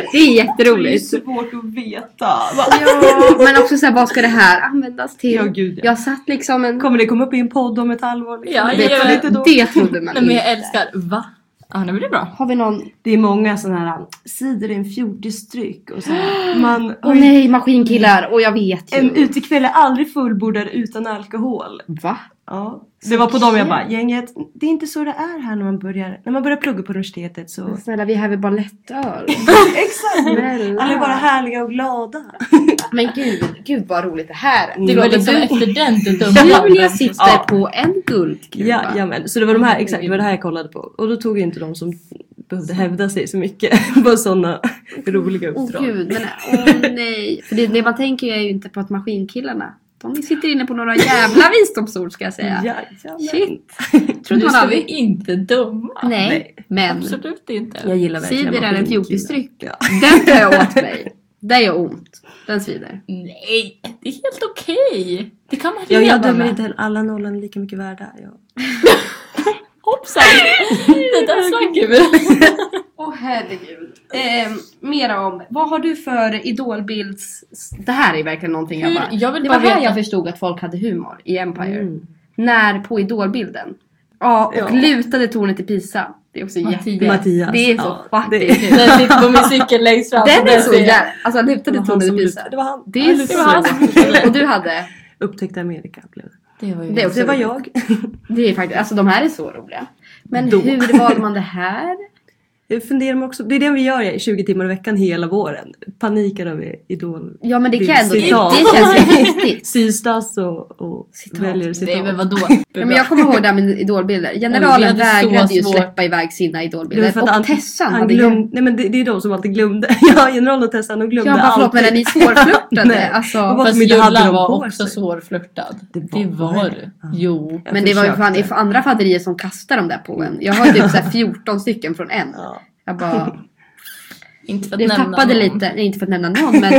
B: är
C: Det är ju
B: jätteroligt.
C: svårt att veta.
B: Ja, men också såhär, vad ska det här användas till?
C: Ja, gud, ja.
B: Jag satt liksom en...
C: Kommer det komma upp i en podd om ett halvår? liksom?
A: Ja,
C: Det
B: det,
C: vet man
A: ja.
C: inte då.
B: det trodde man
A: Nej, men
B: inte.
A: jag älskar va? Ja, nu blir det bra.
B: Har vi någon...
C: Det är många sådana här um, sidor i en fjortisdryck och så. här. Man
B: Åh nej, maskinkillar! Och jag vet ju.
C: en utekväll är aldrig fullbordad utan alkohol.
B: Va?
C: Ja. Det var på dem jag bara, gänget, det är inte så det är här när man börjar, när man börjar plugga på universitetet så.
B: Men snälla, vi är här vid bara lättöl.
C: Exakt! Alla är bara
B: Snälla.
C: härliga och glada.
B: Men gud, gud vad roligt det här är.
A: Det
C: Det
A: var
C: var
A: liksom efter den du
B: Julia
A: dumpade.
B: sitter
C: Ja.
B: på en guldgruva.
C: Ja, men Så det var de här, exakt, det var det här jag kollade på. Och då tog ju inte de som behövde hävda sig så mycket på sådana roliga
B: Åh
C: uppdrag.
B: gud, men åh nej. För det, det man tänker är ju inte på att maskinkillarna, de sitter inne på några jävla visdomsord ska jag säga.
C: Jajamän.
B: Shit. Trodde
A: Nu
B: man
A: ska vi
B: aldrig.
A: inte döma.
B: Nej,
C: Nej.
B: men
A: Absolut inte.
C: Jag gillar verkligen
B: cider är en
C: maskinkillar.
B: fjortisdryck.
C: Ja.
B: Den tar jag åt mig. Det gör ont. Den svider.
A: Nej, det är helt okej. Det kan man
C: Ja,
A: leva
C: jag dömer
A: med.
C: inte heller. Alla nollan är lika mycket värda. Ja.
A: Hoppsan! Det där snackar vi.
B: Åh herregud. Ehm, mera om, vad har du för idolbilds... Det här är verkligen någonting jag
A: Hur-
B: bara...
A: jag vill
B: det
A: bara
B: var här
A: veta.
B: jag förstod att folk hade humor i Empire.
C: Mm.
B: När på idolbilden. Ja, och
C: Ja.
B: lutade tornet i Pisa. Det är också
A: Mattias.
B: jätte...
C: Mattias.
B: Det är så
C: Ja,
B: fucking
C: det är-
B: kul.
A: Den sitter på min cykel längst fram.
B: Den är så
A: ser jag.
B: jävla... Alltså lutade
C: var han
B: tornet i
C: som
B: Pisa.
C: lutade. Det var han.
B: Det är
A: det var han som
B: så kul. Och du hade...
C: Upptäckte Amerika blev det.
A: Det var ju...
B: Det är också
C: Det var
B: roligt.
C: jag.
B: Det är faktiskt, alltså de här är så roliga. Men
C: Då.
B: hur valde man det här?
C: Jag funderar mig också, det är det vi gör i 20 timmar i veckan hela våren. Panikar över Idol.
B: Ja men det kan
C: Det
B: jag ändå,
C: citat.
B: det känns ju viktigt.
C: Systas och, och
B: Citat.
C: väljer
A: Det är väl
C: citat.
A: vadå?
B: Ja, men jag kommer ihåg det här med idolbilder. Generalen
A: Oj, vi hade så
B: vägrade ju
A: svårt.
B: släppa iväg sina
C: Det är
B: idolbilder.
C: för
B: Och
C: att han-
B: Tessan
C: Han
B: hade glömt.
C: glöm, nej men det, det är de som alltid glömde. Ja, generalen och Tessan, de glömde
B: Jag bara förlåt
C: alltid.
B: men är ni svårflörtade?
C: Nej.
B: alltså,
C: Och vad
A: Fast
C: som inte hade
A: Julla
C: dem
A: var
C: på
A: också
C: sig.
A: svårflörtad.
C: Det var
A: Det var
C: det.
A: du.
C: Ja.
A: Jo.
C: Jag
B: men det var ju fan
C: försökte.
B: i andra faderier som kastade dem där på en. Jag har typ så här 14 stycken från en.
C: Ja.
B: Jag bara,
A: Inte för att
B: det
A: nämna
B: tappade
A: någon.
B: lite, nej inte för att nämna någon men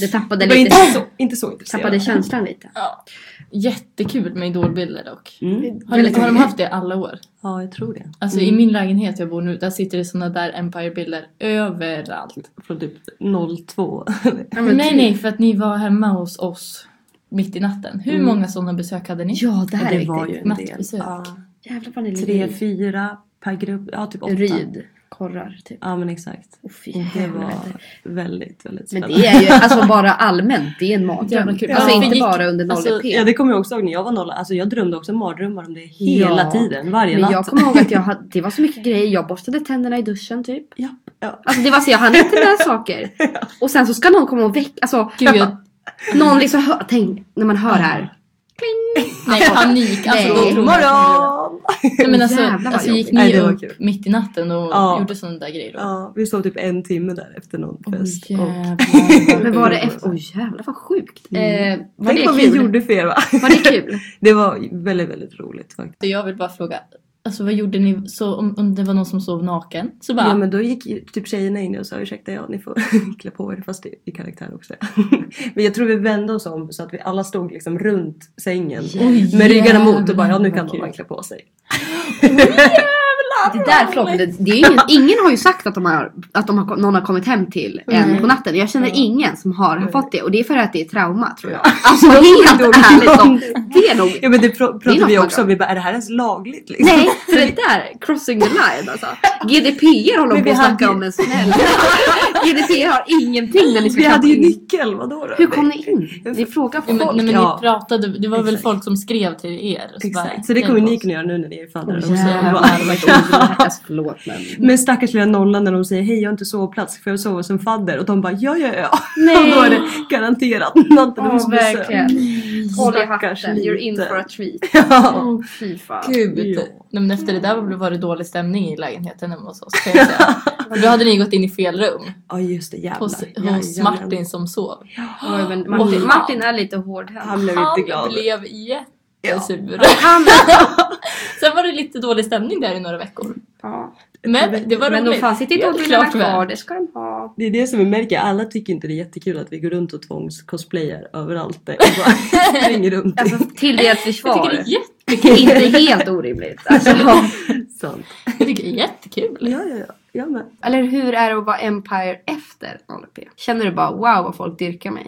B: det tappade
C: Det var inte
B: lite,
C: så, inte så
B: tappade
C: intresserad.
B: känslan lite.
A: Ja. Jättekul med idolbilder dock.
C: Mm.
A: Har,
B: Väldigt
A: har de
B: kul.
A: haft det i alla år?
C: Ja, jag tror
B: Mm.
C: det.
A: Alltså i min lägenhet jag bor nu, där sitter det såna där Empire-bilder överallt.
C: Från typ 02.
B: Ja, men
A: nej,
B: typ.
A: nej, för att ni var hemma hos oss mitt i natten. Hur
C: Mm.
A: många sådana besök hade ni?
B: Ja det här är
C: det var ju
B: viktigt.
C: en del.
A: Nattbesök.
C: Ja.
B: Jävlar vad ni
C: Tre,
B: ligger
C: fyra per grupp. Ja, typ
B: i
C: åtta.
B: ryd. Korrar typ.
C: Ja, men exakt.
B: Åh fy
C: Det
B: helvete.
C: var väldigt, väldigt
B: Men
C: spännande.
B: det är ju alltså bara allmänt, det är en mardröm.
A: Jävla kul.
B: Alltså
C: Ja.
B: inte
A: Gick-
B: bara under 0
A: alltså,
B: p
C: Ja det kommer jag också ihåg när jag var nolla. Alltså jag drömde också mardrömmar om det hela
B: Ja,
C: tiden. Varje
B: Men
C: natt.
B: jag kommer ihåg att jag hade, det var så mycket grejer, jag borstade tänderna i duschen typ.
C: Ja, ja.
B: Alltså det var så jag hann inte med saker. Och sen så ska någon komma och väcka, alltså
A: Gud, jag,
B: någon liksom hör, tänk när man hör här.
A: nej, panik. Alltså,
B: Nej.
A: då tror jag att
C: Morgon!
A: ni- nej, men alltså,
B: Jävlar vad
A: alltså gick
B: jobbigt.
A: ni
C: Nej, det var
A: upp
C: kul.
A: mitt i natten och
C: Ja.
A: gjorde sådana där grejer då?
C: Ja, vi sov typ en timme där efter någon
A: Åh,
C: fest. och...
A: jävlar.
B: Men var det efter, oj jävlar vad sjukt.
C: Mm.
B: Eh, var,
C: Tänk vad
B: det
C: vi
B: kul?
C: gjorde för er va?
B: var det kul?
C: Det var väldigt, väldigt roligt faktiskt.
A: Så jag vill bara fråga, alltså vad gjorde ni så, om, om det var någon som sov naken? Så bara,
C: Ja men då gick ju typ tjejerna in och sa ursäkta ja ni får klä på er fast i- i karaktär också. men jag tror vi vände oss om så att vi alla stod liksom runt sängen.
A: Oj,
C: Med ryggarna mot och
A: jävlar,
C: bara ja nu
A: vad
C: kan
A: kul.
C: man klä på sig.
B: Det där förlåt, men det, det är ingen, ingen har ju sagt att, de har, att de har, någon har kommit hem till en
A: Nej.
B: på natten. Jag känner
C: Ja.
B: ingen som har
C: Nej.
B: fått det och det är för att det är trauma tror jag.
C: Ja.
B: Alltså helt ärligt, om, det är nog
C: Ja men det pr- pratade vi
B: något
C: också om. Vi bara är det här ens lagligt liksom?
B: Nej, för det där, crossing the line alltså. GDPR håller de på
C: Men vi
B: att
C: hade
B: snacka
C: ju-
B: om en snäll. GDPR har ingenting när ni ska
C: Vi hade ju
B: in.
C: nyckel, vadå då?
B: Hur kom ni in? Ni frågar
A: Ja,
B: folk.
A: men, nej, men
C: Ja.
A: ni pratade, det var väl
C: Exakt.
A: folk som skrev till er? och bara,
C: Exakt, så det
A: "Hjälp
C: kommer ni
A: oss."
C: kunna göra nu när ni är fan
B: Åh,
C: där också.
B: jävlar,
C: Bara-
B: vad kul. Alltså, Förlåt men.
C: Men stackars lilla nollan när de säger hej jag har inte sovplats, får jag sova som fadder? Och de bara ja ja ja. Och då är det garanterat
B: Ja,
C: nattbesök.
B: verkligen. Håll i
C: Stackars
B: hatten, you're in
C: liten.
B: for a treat.
C: Ja.
B: Fy fan.
A: Gud.
C: Ja.
A: Nej, men efter det där var det dålig stämning i lägenheten hemma hos oss kan jag säga. För då hade ni gått in i fel rum
C: ja just det jävlar.
A: hos, hos
C: Jajamän.
A: Martin som sov.
B: Oj, men Martin,
A: Oj.
B: Martin är lite hård här.
C: Han blev
A: Han
C: inte glad.
A: blev jättesur.
B: Han,
A: Sen var det lite dålig stämning där i några veckor.
B: ja.
A: Men det var
B: Men de
A: roligt.
B: fan sitter
A: Det
B: inte
A: är
B: och
A: klart
B: kvar,
A: väl.
B: det ska de ha.
C: Det är det som vi märker, alla tycker inte det är jättekul att vi går runt och tvångscosplayar överallt. där Och bara springer runt.
B: Alltså till deras
A: Jag
B: försvar.
A: tycker det är, jätte,
B: Inte helt orimligt. Alltså.
C: Sånt.
A: jag tycker det är jättekul.
C: Ja ja ja, jag med.
B: Eller hur är det att vara Empire efter ALP? Känner du bara wow vad folk dyrkar mig?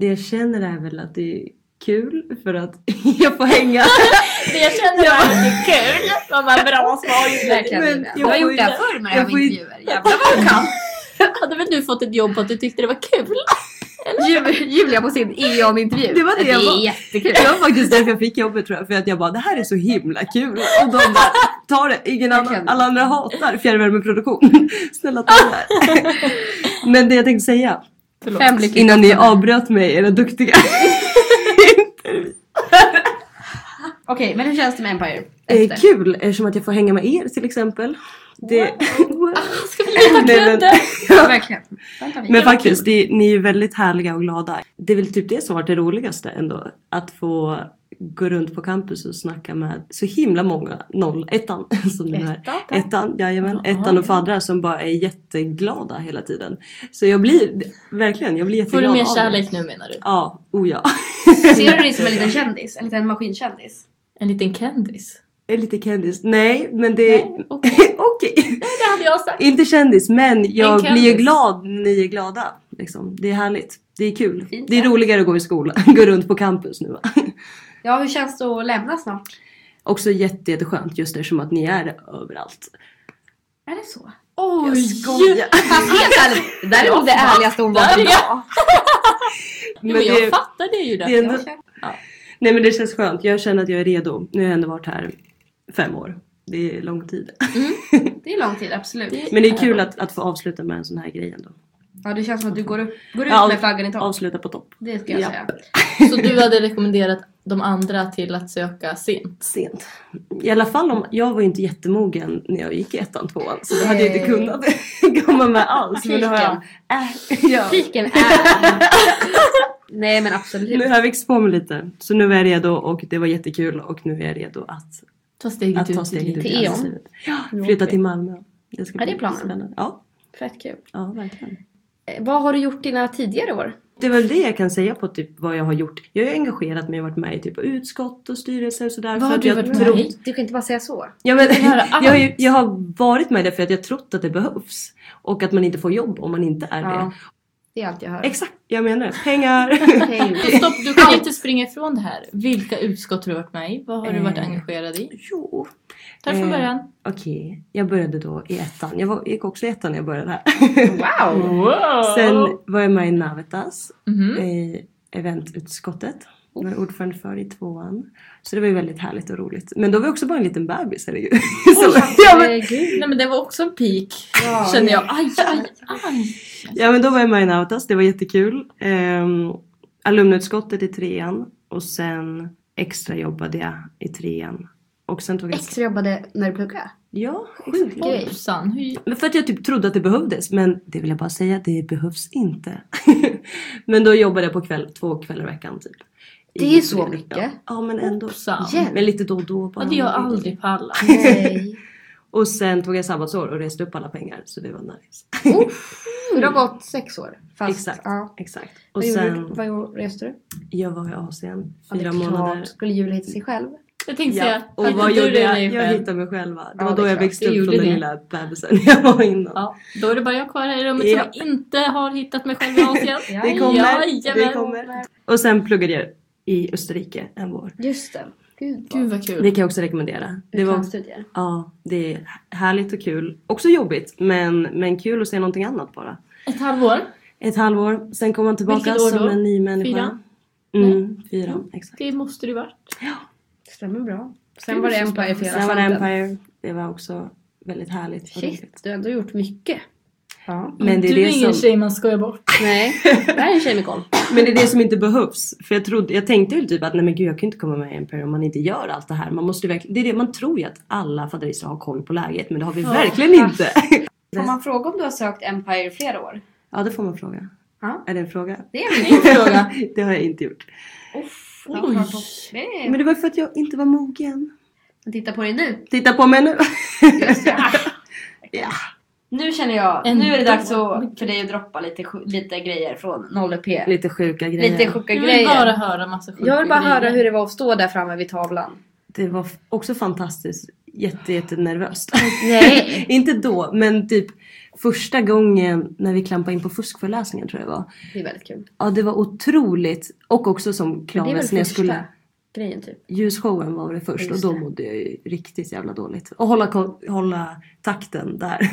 C: Det jag känner är väl att det är kul för att jag får hänga.
A: Det jag känner var att det är kul. Man bara bra svar.
B: Verkligen.
C: Men
B: Lina. Du
C: jag
B: har
C: får
B: gjort
C: ju-
B: det här förr med
C: jag
B: dina
C: får ju-
B: intervjuer. Jävlar vad du kan!
A: Hade väl du fått ett jobb på att du tyckte det var kul?
B: Ju- Julia på sin E.ON-intervju.
C: Det var det
B: det
C: jag var.
B: är jättekul.
C: Det var faktiskt därför jag fick jobbet tror jag. För att jag bara, det här är så himla kul. Och de bara, ta det. Ingen annan,
B: Verkligen.
C: alla andra hatar fjärrvärmeproduktion. Snälla ta det här. Men det jag tänkte säga.
A: Förlåt.
B: Fem lyckliga
C: Innan ni avbröt mig, era duktiga.
B: Okej men hur känns det med Empire?
C: Eh,
B: Efter?
C: kul eftersom att jag får hänga med er till exempel. Det,
A: Ska vi leta
C: Nej, men-
A: kudde?
B: Verkligen. Vänta, vi-
C: men faktiskt, det, ni är ju väldigt härliga och glada. Det är väl typ det som varit det roligaste ändå. Att få gå runt på campus och snacka med så himla många 01 som ni är.
B: Ettan, tack.
C: Ettan, jajamän.
A: Ja,
C: Ettan och
A: ja.
C: faddrar som bara är jätteglada hela tiden. Så jag blir, verkligen, jag blir
A: Får
C: jätteglad
A: du mer
C: av det.
A: kärlek nu menar du?
C: Ja, oh ja.
B: Ser du dig som en liten kändis? En liten maskinkändis?
A: En liten kändis?
C: Jag är lite kändis. Nej, men det...
A: Nej,
C: Okej.
A: okej. Det hade jag sagt.
C: Inte kändis, men jag
A: kändis.
C: blir ju glad när ni är glada. Liksom. Det är härligt. Det är kul.
B: Fint,
C: det är
B: ja.
C: roligare att gå i skolan, gå runt på campus nu. Va?
B: Ja hur känns det att lämna snart?
C: Också jätte, jätteskönt just eftersom att ni är överallt.
B: Är det så?
A: Oj!
B: Fast helt ärligt, det där är nog det ärligaste hon
A: Där
B: var
A: är
B: idag.
A: Men,
C: Men
A: jag
C: det-
A: fattar det ju där.
C: det är ändå...
B: Jag känner-
C: Nej men det känns skönt. Jag känner att jag är redo. Nu har jag ändå varit här fem år. Det är lång tid.
B: Det är lång tid, absolut.
C: Men det är kul att, att få avsluta med en sån här grej ändå.
B: Ja, det känns som att du går, upp, går ut
C: Ja,
B: med flaggan i topp.
C: Avsluta på topp.
B: Det ska jag
C: Ja.
B: säga.
A: Så du hade rekommenderat de andra till att söka sent?
C: Sent. I alla fall om, jag var ju inte jättemogen när jag gick i ettan, tvåan. Så då hade jag inte
B: Nej.
C: kunnat komma med alls. Men nu har jag, äh, ja.
B: Piken är... Nej men absolut.
C: Nu har jag växt på mig lite. Så nu är jag redo och det var jättekul och nu är jag redo att
A: Ta steget E
C: att
A: ut
C: ta steget
A: livet.
C: ut
B: Till
C: i
B: Eon.
C: arbetslivet.
B: Nu åker
C: Flytta
B: vi.
C: till Malmö. Det ska
B: Ja, det
C: bli
B: är planen.
C: spännande. Ja,
B: Fett kul.
C: ja, verkligen.
B: Eh, Vad har du gjort dina tidigare år?
C: Det är väl det jag kan säga på typ vad jag har gjort. Jag har ju engagerat mig och varit med i typ utskott och styrelser och sådär.
A: Vad
C: för
A: har
C: att
A: du
C: jag
A: varit med
C: tror-
A: i?
B: Du kan inte bara säga så.
C: Ja, men,
A: höra
C: jag, har ju,
A: allt.
C: jag har varit med i det för att jag trott att det behövs. Och att man inte får jobb om man inte är
B: Ja.
C: det.
B: Det är allt jag hör.
C: Exakt, jag menar det. Pengar!
B: Okej.
A: Så Stopp, du kan inte springa ifrån det här. Vilka utskott har du varit med i? Vad har du varit
C: Eh.
A: engagerad i?
C: jo.
A: Ta det från
C: Eh.
A: början.
C: Okej, jag började då i ettan. Jag var, gick också i ettan när jag började här.
B: Wow!
A: Wow!
C: Sen var jag med i Navetas
A: Mhm. Mm.
C: i eventutskottet. Jag var ordförande för i tvåan. Så det var ju väldigt härligt och roligt. Men då var jag också bara en liten bebis, herregud. Så, ja, men,
B: Herregud.
A: Nej men det var också en peak
B: Ja.
A: kände jag. Aj, aj, aj.
C: ja men då var jag med i Navetas, det var jättekul. Um, alumnutskottet i trean och sen extra jobbade jag i trean. Och sen tog jag...
B: Extra jobbade när du pluggade?
C: Ja, sjukt.
B: Grej.
A: Hoppsan. Hur...
C: Men för att jag typ trodde att det behövdes, men det vill jag bara säga, det behövs inte. men då jobbade jag på kväll, två kvällar i veckan typ. I
B: Det är så
C: förening.
B: mycket.
C: Ja, men ändå.
A: Hoppsan.
B: Hjälp.
C: Men lite då och då bara.
A: Hade jag aldrig pallat.
B: Nej.
C: Och sen tog jag sabbatsår och reste upp alla pengar så det var nice.
B: Oh, det har gått sex år. Fast,
C: Exakt.
B: Ja.
C: Exakt.
B: Och
C: Och
B: vad, sen...
C: sen,
B: gjorde, du? vad gjorde- reste du?
C: jag var i Asien
B: Ja, det
C: fyra
B: är klart.
C: månader.
B: Skulle Julia hitta sig själv?
A: Jag tänkte
C: Ja.
A: säga,
C: Och
A: hade
C: vad
A: du
C: gjorde
A: det
C: jag?
A: dig
C: Jag
A: själv?
C: hittade mig själv. va? Det
B: Ja,
C: var
B: det
C: då
B: är
C: jag
B: klart.
C: växte
A: Det
C: upp
A: gjorde
C: från den
A: det.
C: lilla bebisen jag var innan.
A: Ja, då är det bara jag kvar här i rummet
C: Ja.
A: som jag inte har hittat mig själv i Asien.
B: Ja.
C: Det kommer.
A: Jajamän.
C: Det kommer. Och sen pluggade jag i Österrike en vår.
B: Just det. Gud vad
A: Gud vad kul.
C: Det kan jag också rekommendera. Det var
B: Utlandsstudier.
C: Ja, det är härligt och kul. Också jobbigt, men, men kul att se någonting annat bara.
A: Ett halvår.
C: Ett halvår, sen kommer man tillbaka
A: Vilket år
C: som
A: då?
C: en ny människa.
A: Fyra?
C: Mm, fyra, exakt.
A: Det måste du varit.
B: Stämmer bra. Sen
A: Gud,
B: var det
A: så
B: Empire
A: spännande.
B: för
C: Sen var det Empire, det var också väldigt härligt. och roligt.
B: Shit, du har ändå gjort mycket. Ja.
C: Men det, är
A: du
C: det
A: är ingen
C: som,
A: tjej man skojar bort.
B: Nej, det här är en tjej med koll.
C: men det är det som inte behövs. För jag, trodde, jag tänkte ju typ att nej men gud jag kan ju inte komma med i Empire om man inte gör allt det här. Man, måste ju verkligen, det är det, man tror ju att alla faderiser har koll på läget men det har vi
A: Ja.
C: verkligen inte.
B: Får man fråga om du har sökt Empire i flera år?
C: Ja det får man fråga.
B: Ja.
C: Är det en fråga?
B: Det är
A: Ingen fråga.
C: Det har jag inte gjort.
B: Uff,
A: Oj.
C: Men det var för att jag inte var mogen.
B: Titta på dig nu.
C: Titta på mig nu.
B: Just det.
C: Ja.
B: Nu känner jag,
A: Ändå.
B: nu är det dags att, för dig att droppa lite, sj- lite grejer från 0P.
C: Lite sjuka grejer.
B: Lite sjuka
A: Jag vill bara
B: grejer.
A: höra massa sjuka
B: Jag vill bara
A: grejer.
B: höra hur det var att stå där framme vid tavlan.
C: Det var f- också fantastiskt. Jätte, jättenervöst.
B: Nej.
C: Inte då, men typ första gången när vi klampade in på fuskföreläsningen tror jag det var.
B: Det är väldigt kul.
C: Ja, det var otroligt. Och också som
B: Men det är väl
C: Klaves när
B: första
C: jag skulle...
B: grejen typ.
C: Ljusshowen var det först och
B: Just
C: då
B: det.
C: mådde jag ju riktigt jävla dåligt. Och hålla, ko- hålla takten där.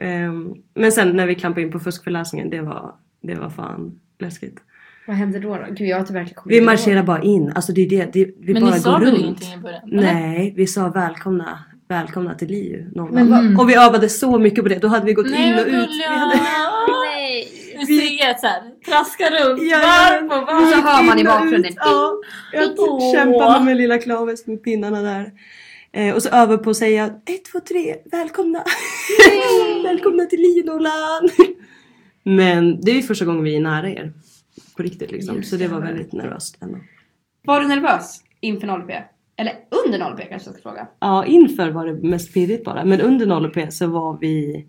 C: Ehm, men sen när vi klampade in på fuskföreläsningen, det var, det var fan läskigt.
B: Vad hände då? då? Gud jag har typ verkligen kommit
C: Vi marscherar bara in. Alltså det är det. det vi
A: Men
C: bara
A: ni sa
C: går
A: väl
C: runt.
A: ingenting i början? eller?
C: Nej, vi sa välkomna. Välkomna till LiU. någon
B: Men
C: dag.
A: vad-
C: Och vi övade så mycket på det. Då hade vi gått
A: mm. Nej
C: in och
A: vad
C: ut. Vi
A: gulliga!
C: hade...
B: Nej.
A: Vi ser er såhär, traska runt.
C: Ja,
A: varv
C: ja,
A: och
C: ja.
A: varv.
B: Och så hör man i
C: In och ut.
B: bakgrunden.
C: Ja, jag
A: Åh.
C: kämpade med lilla Klaves med pinnarna där. Eh, och så över på att säga ett, två, tre, välkomna! välkomna till LiU Nolan! Men det är ju första gången vi är nära er. På riktigt liksom. Så det var väldigt nervöst ändå.
B: Var du nervös inför 0P? Eller under 0P kanske jag ska fråga.
C: Ja, inför var det mest pirrigt bara. Men under 0P så var vi...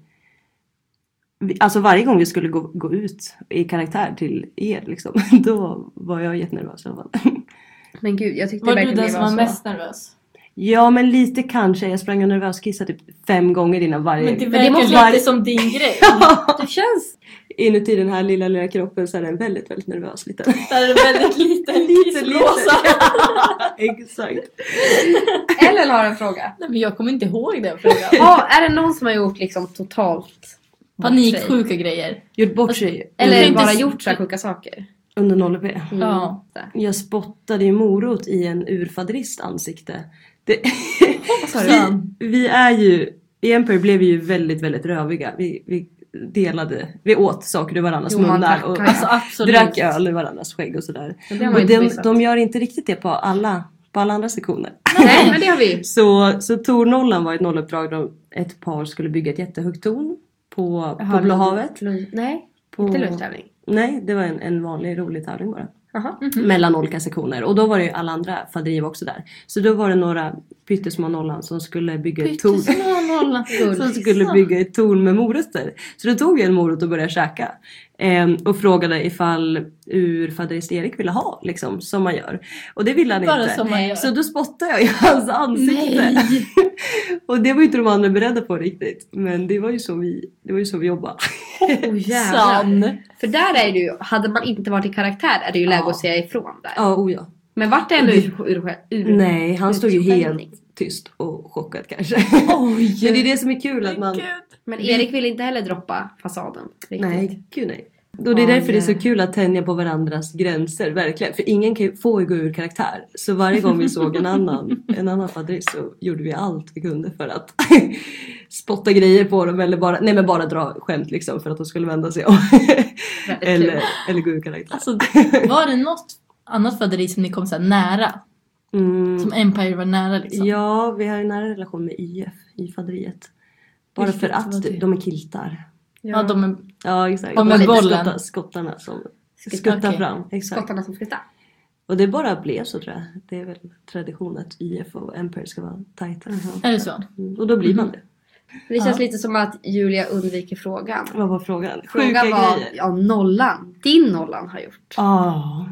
C: vi alltså varje gång vi skulle gå, gå ut i karaktär till er liksom. Då var jag jättenervös i alla fall.
B: Men gud jag tyckte
A: Var du
B: verkligen
A: den
B: det
A: som
B: var
A: var
B: så.
A: mest nervös?
C: Ja, men lite kanske. Jag sprang och nervöskissade typ fem gånger innan varje...
A: Men det
C: Men
A: verkar
C: måste
A: lite
C: vara-
A: som din grej.
B: Det känns...
C: Inuti den här lilla, lilla kroppen så är den väldigt, väldigt nervös liten.
A: Där är det väldigt liten islåsa.
C: Exakt.
B: Ellen har en fråga.
A: Nej men jag kommer inte ihåg den frågan.
B: Ja, är det någon som har gjort liksom totalt
A: Paniksjuka grejer.
C: Gjort bort sig
B: Alltså, Eller
A: Jag tänkte
B: bara
A: s-
B: gjort så här sjuka saker?
C: under 0P.
B: Mm.
A: Ja.
B: Så här.
C: Jag spottade ju morot i en urfaderist ansikte. Det,
B: Vad sa du?
C: Vi är ju, i Empire blev vi ju väldigt, väldigt röviga. Vi, vi delade, vi åt saker ur varandras
B: Jo, man
C: munnar
B: drack
C: och
B: öl.
A: Alltså absolut.
C: drack öl ur varandras skägg och sådär.
B: Det har man
C: Och
B: inte
C: de,
B: missat.
C: de gör inte riktigt det på alla, på alla andra sektioner.
B: Nej, men det har vi.
C: Så, så Tornollan var ett nolluppdrag då ett par skulle bygga ett jättehögt torn på, på
B: Jaha,
C: Blå havet.
B: Lund- Nej,
C: På,
B: inte lufttävling.
C: nej, det var en, en vanlig rolig tävling bara.
A: Mm.
B: Jaha.
C: Mellan olika sektioner och då var det ju alla andra faderier var också där. Så då var det några pyttesmå Nollan som skulle bygga ett torn.
A: Pyttesmå nolla.
C: Som skulle bygga ett torn med morötter. Så då tog jag en morot och började käka. Ehm, och frågade ifall urfaderist Erik ville ha liksom som man gör. Och det ville han
A: Bara
C: inte.
A: som man gör.
C: Så då spottade jag i hans ansikte. och det var ju inte de andra beredda på riktigt. Men det var ju så vi, det var ju så vi jobbade.
B: Oh, jävlar.
A: Sann.
B: För där är det ju, hade man inte varit i karaktär är det ju läge
C: Ja.
B: att säga ifrån där.
C: Ja, oh ja.
B: Men vart det ändå ur, ur, ur
C: Nej, han stod ju
B: utskällning.
C: helt tyst och chockad kanske.
A: Oj.
C: Men det är det som är kul att man...
A: Gud.
B: Men Erik vill inte heller droppa fasaden. Riktigt.
C: Mm. Nej, gud nej. Och det är
B: Ja,
C: därför det är så
B: det-
C: kul att tänja på varandras gränser, verkligen. För ingen kan ju- får ju gå ur karaktär. Så varje gång vi såg en annan, en annan fadriss så gjorde vi allt vi kunde för att spotta grejer på dem eller bara, nej men bara dra skämt liksom för att de skulle vända sig om.
B: Väldigt kul.
C: eller, eller gå ur karaktär.
A: Alltså, det- var det något annat föderi som ni kom så här nära?
C: Mm,
A: Som Empire var nära liksom?
C: ja, vi har ju nära relation med IF i faderiet. Bara
A: Vilket
C: för
A: var
C: att
A: det?
C: typ, de är kiltar.
A: Ja, de är...
C: Ja exakt.
A: Och med
C: Skottar-
A: bollen.
C: Skottarna som skuttar
A: Okej.
C: fram. Exakt.
B: Skottarna som flyttar.
C: Och det bara blev så tror jag. Det är väl tradition att IF och Empire ska vara tajta.
A: Är det så?
C: Mm. Och då blir man det.
B: Det känns
A: Ja.
B: lite som att Julia undviker frågan.
C: Vad var frågan? Sjuka
B: Frågan var
C: grejer.
B: ja, nollan. Din nollan har gjort.
C: Ah.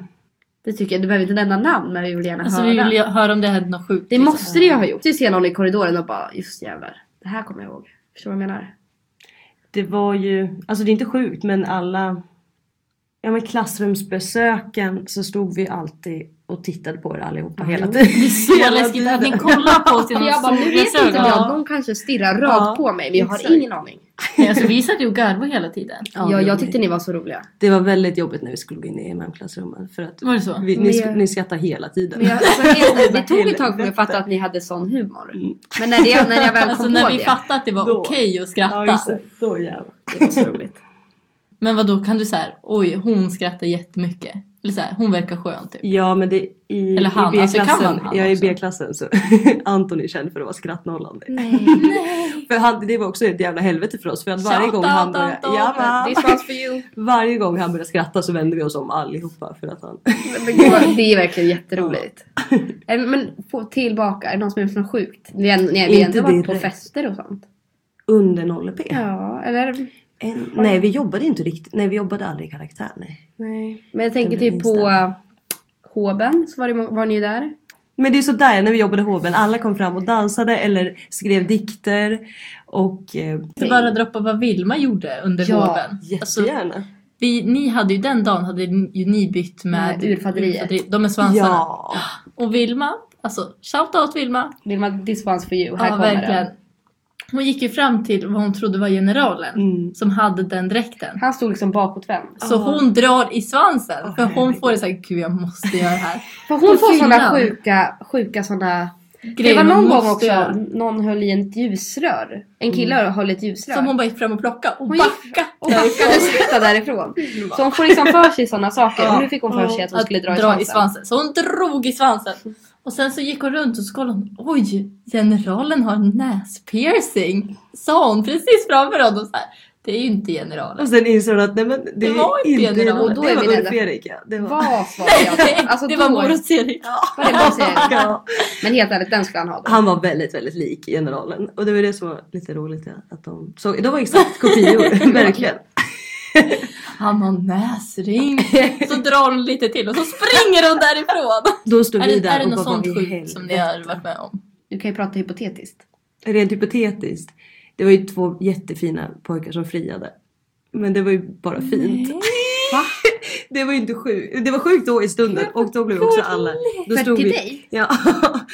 B: Det tycker jag, du behöver inte nämna namn men vi vill gärna
A: Alltså
B: höra.
A: vi vill ju höra om det hände något sjukt.
B: Det
A: liksom.
B: måste det ju ha gjort. Du ser någon i korridoren och bara just jävlar. Det här kommer jag ihåg. Förstår du vad jag menar?
C: Det var ju, alltså det är inte sjukt men alla Ja men klassrumsbesöken så stod vi alltid och tittade på er allihopa hela tiden.
A: Det är så läskigt att ni kollar på oss
B: För
A: genom
B: jag bara nu vet inte
A: solglasögon.
B: jag. Någon kanske stirrar rakt
C: Ja,
B: på mig men jag
C: exakt.
B: har ingen aning.
A: Nej, Alltså, vi satt ju och garvade hela tiden.
C: Ja,
B: ja,
C: det var-
B: jag tyckte ni var så roliga.
C: Det var väldigt jobbigt när vi skulle gå in i MM-klassrummen för att
A: Var det så?
C: vi,
B: Men
C: ni,
B: jag-
C: sk- ni skrattade hela tiden.
B: Men jag, alltså, helt ärligt, det tog ett tag för
C: Helvete.
B: jag fattade att ni hade sån humor.
C: Mm.
B: Men när, det, när jag väl kom
A: Alltså
B: på
A: när vi
B: det.
A: fattade att det var
C: Då.
A: okej att skratta.
C: Ja exakt, då jävlar.
B: Det var så roligt.
A: men vad då kan du säga, oj hon skrattar jättemycket. Eller så här, hon verkar skön typ.
C: Ja men det i,
A: Eller han,
C: i
A: alltså, kan
C: B-klassen,
A: man han
C: jag är i
A: också?
C: B-klassen så Anton är känd för att vara skrattnollan.
B: Nej.
C: För han, det var också ett jävla helvete för oss för att varje
A: Shout
C: gång
A: out,
C: han började,
A: Anton!
C: ja, va?
B: This one's for you.
C: varje gång han började skratta så vände vi oss om allihopa för att han...
B: Men gud, vad- det är verkligen jätteroligt. Eh, Men få tillbaka, är det någon som är gjort något sjukt? Ni har ni har ju
C: Inte
B: ändå varit på
C: direkt.
B: fester och sånt.
C: Under 0 P.
B: Ja, eller?
C: En, nej vi jobbade inte riktigt, nej vi jobbade aldrig i karaktär nej.
B: Nej. Men jag tänker
C: Det blir
B: typ på
C: inställning.
B: uh, Håben, så var, det, må- var ni ju där.
C: Men det är sådär när vi jobbade i HBn, alla kom fram och dansade eller skrev dikter och eh,
A: Det bara droppa vad Vilma gjorde under
B: Ja,
A: hoven. Alltså,
C: jättegärna.
A: vi, ni hade ju den dagen hade ju ni bytt med
B: Nej, urfaderiet.
A: urfaderi- De är svansarna.
C: ja.
A: Och Vilma, alltså shout out Vilma.
B: Vilma, this one's for you. Här
A: Ja
B: kommer
A: verkligen.
B: den.
A: Hon gick ju fram till vad hon trodde var generalen.
C: Mm.
A: Som hade den dräkten.
B: Han stod liksom bakåtvänd.
A: Så
C: Ja.
A: hon drar i svansen.
C: Åh,
A: för hon
C: herregud.
A: får det såhär, gud jag måste göra det här.
B: För hon
A: På
B: får såna
A: fyllan.
B: sjuka, sjuka såna...
A: Grejer
B: det var
A: man
B: någon gång
A: måste
B: också
A: göra.
B: någon höll i ett ljusrör. En kille höll i ett ljusrör.
A: Som hon bara gick fram och plockade och
B: Hon gick-
A: backade.
B: och lyckades flytta därifrån. Så hon får liksom för sig sådana saker.
A: Ja.
B: Och nu fick hon för sig att hon
A: att
B: skulle dra, i svansen.
A: Så hon drog i svansen. Och sen så gick hon runt och så kollade hon. Oj, generalen har näspiercing. Sa hon precis framför honom så här. Det är ju inte generalen.
C: Och sen insåg hon att nej men det,
A: Det
C: är
A: var inte
C: inte
A: general.
C: det
B: Då är vi
C: var
B: rädda.
C: Ulf-Erik ja. Det var...
B: Vad svarade jag på? Alltså,
A: det var
B: då-
A: Boros-Erik.
B: Vad är det man säger?
C: Ja.
B: Men helt ärligt, den skulle han ha. Då.
C: Han var väldigt, väldigt lik generalen. Och det var det som var lite roligt. Ja. Att de, så, de var exakt kopior, verkligen.
A: Han har näsring. Så drar hon lite till och så springer hon därifrån.
C: Då stod
A: är
C: vi
A: det,
C: där
A: är det
C: och
A: något
C: bara,
A: sånt
C: vad i
A: sjukt som ni
C: helvete?
A: har varit med om?
B: Du kan ju prata hypotetiskt.
C: Rent hypotetiskt. Det var ju två jättefina pojkar som friade. Men det var ju bara fint. Det var ju inte sjukt. Det var sjukt då i stunden och då blev också alla... Då
B: För
C: stod
B: till
C: vi,
B: dig?
C: ja,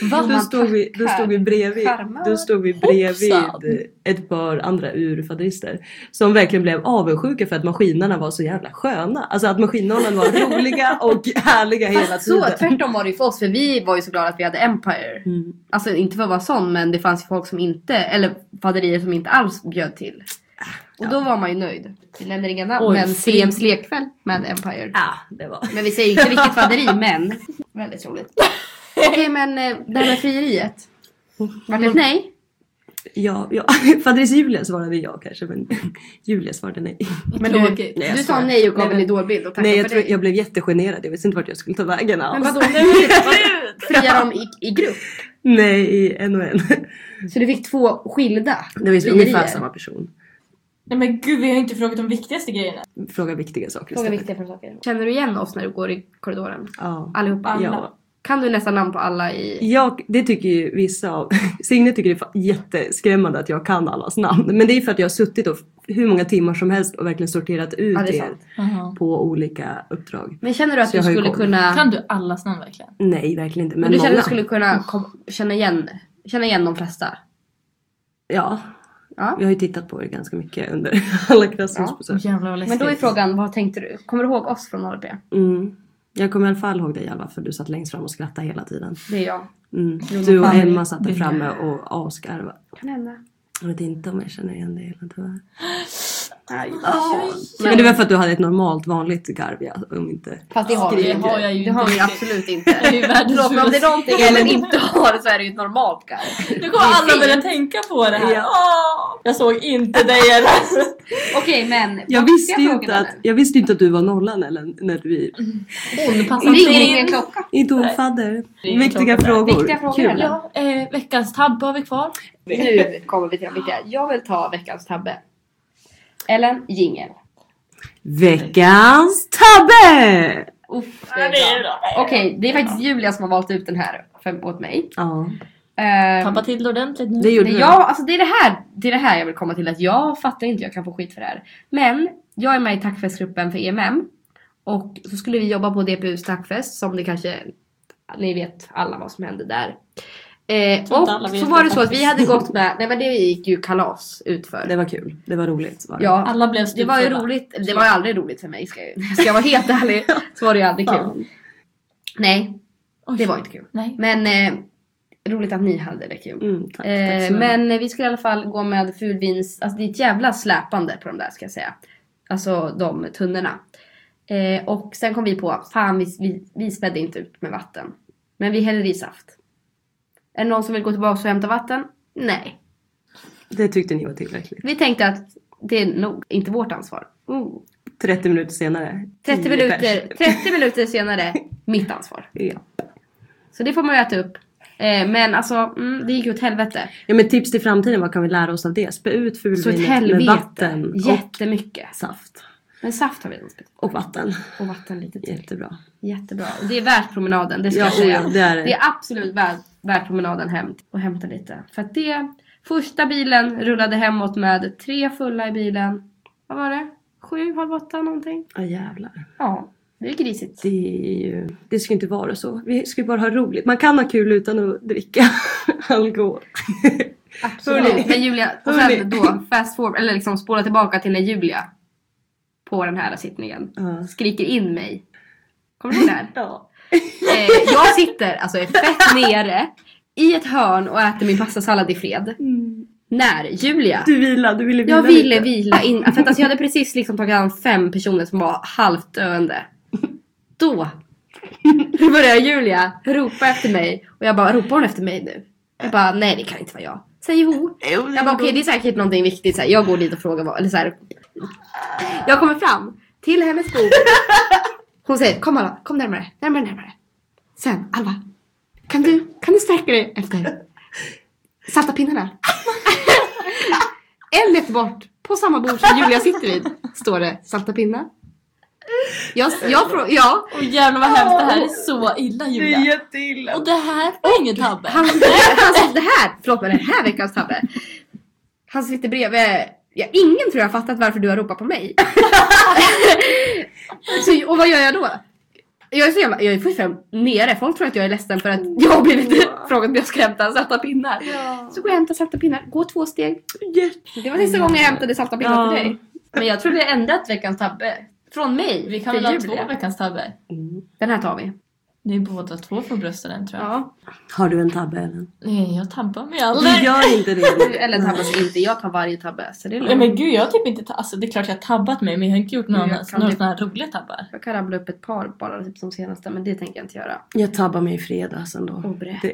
A: Va?
C: då stod vi, då stod vi bredvid,
B: Charmar.
C: då stod vi bredvid
A: Hoppsan.
C: ett par andra urfaderister som verkligen blev avundsjuka för att maskinerna var så jävla sköna. Alltså att maskinhållarna var roliga och härliga hela
B: Fast så,
C: tiden.
B: tvärtom var det ju för oss för vi var ju så glada att vi hade Empire.
C: Mm.
B: Alltså inte för att vara sån men det fanns ju folk som inte, eller faderier som inte alls bjöd till. Och då var man ju nöjd. Vi nämner inga namn
A: Oj,
B: men
A: fy.
B: CMs lekkväll med Empire.
C: Ja, det var.
B: Men vi säger inte vilket faderi men. Väldigt roligt. Okej men eh, det här med frieriet. Var det ett nej?
C: Ja, ja. Fadris Julia svarade ja kanske men Julia svarade nej.
B: Men
A: Tråkigt.
C: Nej, jag
B: du sa
C: svarar.
B: nej och
C: Nej,
B: gav en
C: men-
B: idolbild och
C: Nej
B: tackade
C: jag,
B: för
C: tror,
B: det.
C: jag blev jättegenerad, jag visste inte vart jag skulle ta vägen
B: Men
C: alls.
B: vadå nu? Friar de i, i grupp?
C: Nej, en och en.
B: Så du fick två skilda
C: Det var ju
B: frierier.
C: ungefär samma person.
A: Nej men gud vi har inte frågat de viktigaste grejerna.
C: Fråga viktiga saker
B: Fråga
C: istället.
B: viktiga för saker. Känner du igen oss när du går i korridoren?
C: Ja.
B: Allihopa?
A: Alla.
C: ja.
B: Kan du nästan namn på alla i...
C: Jag, det tycker ju vissa av, Signe tycker det är fa- jätteskrämmande att jag kan allas namn. Men det är ju för att jag har suttit och hur många timmar som helst och verkligen sorterat ut
B: Ja, det är
C: er
B: sant.
C: på olika uppdrag.
B: Men känner du att
C: Så jag
B: du
C: har ju
B: skulle
C: koll.
B: kunna...
A: Kan du allas namn verkligen?
C: Nej, verkligen inte. Men,
B: Men du känner
C: många.
B: att du skulle kunna kom, känna, igen, känna igen de flesta?
C: Ja,
B: Ja.
C: jag har ju tittat på er ganska mycket under alla klassrumsbesök.
A: Åh, jävlar vad
B: Men
A: läskigt.
B: då är frågan, vad tänkte du? Kommer du ihåg oss från ALB?
C: Mm. Jag kommer i alla fall ihåg dig Alva för du satt längst fram och skrattade hela tiden.
B: Det är jag.
C: Mm.
B: Jo,
C: Du och
A: fan,
C: Emma satt där
A: det-
C: framme och asgarvade.
B: Kan hända.
C: Jag vet inte om jag känner igen dig eller tyvärr.
B: Aj.
C: Men det var för att du hade ett normalt vanligt garv ja, om inte.
B: Fast det har, vi
A: Det
B: inte.
A: har jag ju
B: det har
A: inte
B: vi
A: riktigt.
B: absolut
A: Det är
B: inte.
A: ju världens
B: Förlåt, men om det är
A: roligaste.
B: någonting Ellen inte har så är det ju ett normalt garv.
A: Nu kommer alla börja tänka på det här.
C: Ja.
A: Åh, jag såg inte dig eller.
B: Okej, men...
C: Jag
B: vad
C: visste,
B: fick
C: ju
B: jag
C: inte
B: frågan,
C: att,
B: eller?
C: jag visste ju inte att du var nollan Ellen när vi...
B: Mhm.
A: Hon passar
B: Alltså, Det
A: inte
B: ringer en
A: in.
B: klocka.
C: Inte hon fadder.
A: Det är
C: Viktiga
A: klart.
C: frågor.
B: Viktiga frågor,
C: Kul.
B: Ellen.
A: Ja, eh, veckans tabbe har vi kvar.
B: Nu kommer vi till den viktiga. Jag vill ta veckans tabbe. Ellen, jingel.
C: Veckans tabbe!
B: Uff, det
A: Ja,
B: är
A: det är det
B: bra.
A: då.
B: Okej, det är faktiskt Julia som har valt ut den här för, åt mig.
C: Ja,
B: Ehm,
A: Tappa till det ordentligt nu.
C: det gjorde
B: men
C: du.
B: jag, alltså det, är det, här, det är det här jag vill komma till, att jag fattar inte jag kan få skit för det här. Men jag är med i tackfestgruppen för EMM. Och så skulle vi jobba på DPUs tackfest som det kanske, ni vet alla vad som hände där. Eh,
A: tror
B: och
A: inte alla vet
B: så var det
A: det
B: så att vi hade
A: faktiskt.
B: gått med, nej men det gick ju kalas utför.
C: Det var kul. Det var roligt. Var det.
B: Ja,
A: Alla blev
B: Det var ju
A: stupfulla.
B: roligt, eller det var ju aldrig roligt för mig ska jag, ska jag vara helt ärlig. Så var det ju aldrig kul.
C: Fan.
B: Nej,
A: Oj.
B: det var inte kul.
A: Nej.
B: Men eh, roligt att ni hade det kul.
C: Mm, tack, tack
B: Eh,
C: så mycket.
B: men vi skulle i alla fall gå med fulvins, alltså det är ett jävla släpande på de där ska jag säga. Alltså de tunnorna. Eh, och sen kom vi på, fan vi, vi, vi spädde inte ut med vatten. Men vi häller i saft. Är det någon som vill gå tillbaka och hämta vatten? Nej.
C: Det tyckte ni var tillräckligt.
B: Vi tänkte att det är nog inte vårt ansvar. Mm.
C: 30 minuter senare.
B: 30
C: tio
B: minuter,
C: pers.
B: 30 minuter senare, mitt ansvar.
C: Ja.
B: Så det får man ju äta upp. Eh, men alltså, mm, det gick ju åt helvete.
C: ja men tips till framtiden, vad kan vi lära oss av det? Spä ut
B: Så ett
C: fulvinet med
B: helvete.
C: vatten och
B: Jättemycket.
C: saft.
B: Men saft har vi inte spett.
C: Och vatten.
B: Och vatten lite till.
C: Jättebra.
B: Jättebra. Och det är värt promenaden, det ska
C: Ja,
B: jag säga.
C: oh ja, det är det.
B: Det är absolut värt, värt promenaden hem och hämta lite. För att det, första bilen rullade hemåt med tre fulla i bilen. Vad var det? Sju, halv åtta någonting?
C: Ja jävlar.
B: Ja, det är grisigt.
C: Det, är ju, det ska ju inte vara så. Vi ska ju bara ha roligt. Man kan ha kul utan att dricka alkohol. Hörni.
B: Absolut. Men Julia, och
C: Hörni.
B: sen då fast forward, eller liksom spåra tillbaka till när Julia på den här sittningen
C: Ja.
B: skriker in mig. Kommer du ihåg det här?
C: Ja.
B: Eh, jag sitter alltså är fett nere i ett hörn och äter min pastasallad i fred.
C: Mm.
B: När Julia
C: Du vila, du ville vila
B: jag ville
C: lite.
B: vila in. För att alltså jag hade precis liksom tagit an fem personer som var halvt döende. Då började Julia ropa efter mig. Och jag bara, ropar hon efter mig nu? Jag bara, nej det kan inte vara jag. Sen jo. Jag bara, okej det är säkert någonting viktigt. Så här, jag går dit och frågar vad, eller så här. Jag kommer fram till hennes bord. Hon säger, kom Alva, kom närmare, närmare, närmare. Sen, Alva, kan du, kan du sträcka dig efter salta pinnarna? En meter bort, på samma bord som Julia sitter vid, står det salta pinnar. Jag, jag frå- ja.
A: Och jävlar vad hemskt, det här är så illa
C: Det
A: Julia.
C: är jätteilla.
A: Och det här är ingen tabbe.
B: Han sitter, han sitter här, förlåt men den här veckans tabbe. Han sitter bredvid Ja, ingen tror jag har fattat varför du har ropat på mig. så, och vad gör jag då? Jag är så jävla, jag är fortfarande nere. Folk tror att jag är ledsen för att jag har blivit
C: Ja.
B: frågat om jag ska hämta salta pinnar.
A: Ja.
B: Så går jag och hämtar salta pinnar. Gå två steg.
C: Jätte-
B: Det var sista gången jag hämtade salta pinnar
C: Ja.
B: till dig. Men jag tror vi har ändrat veckans tabbe. Från mig
A: Vi kan
B: till
A: väl ha
B: Julia.
A: två veckans tabbe?
C: Mm.
B: Den här tar vi.
A: Ni är båda två från brösten tror jag.
B: Ja.
C: Har du en tabbe Ellen?
A: Nej, jag tampar mig
C: Du
A: aldrig.
C: gör inte det.
B: Eller tabbas inte. Jag tar varje tabbe. Så det är
A: Nej
B: lugnt.
A: men gud jag har typ inte, ta- alltså det är klart jag har tabbat mig men jag har inte gjort några,
B: Jag kan
A: några
B: typ-
A: sådana här roliga tabbar.
B: Jag kan rabbla upp ett par bara typ som senaste men det tänker jag inte göra.
C: Jag tabbade mig i fredags ändå.
B: Och brä.
C: Det,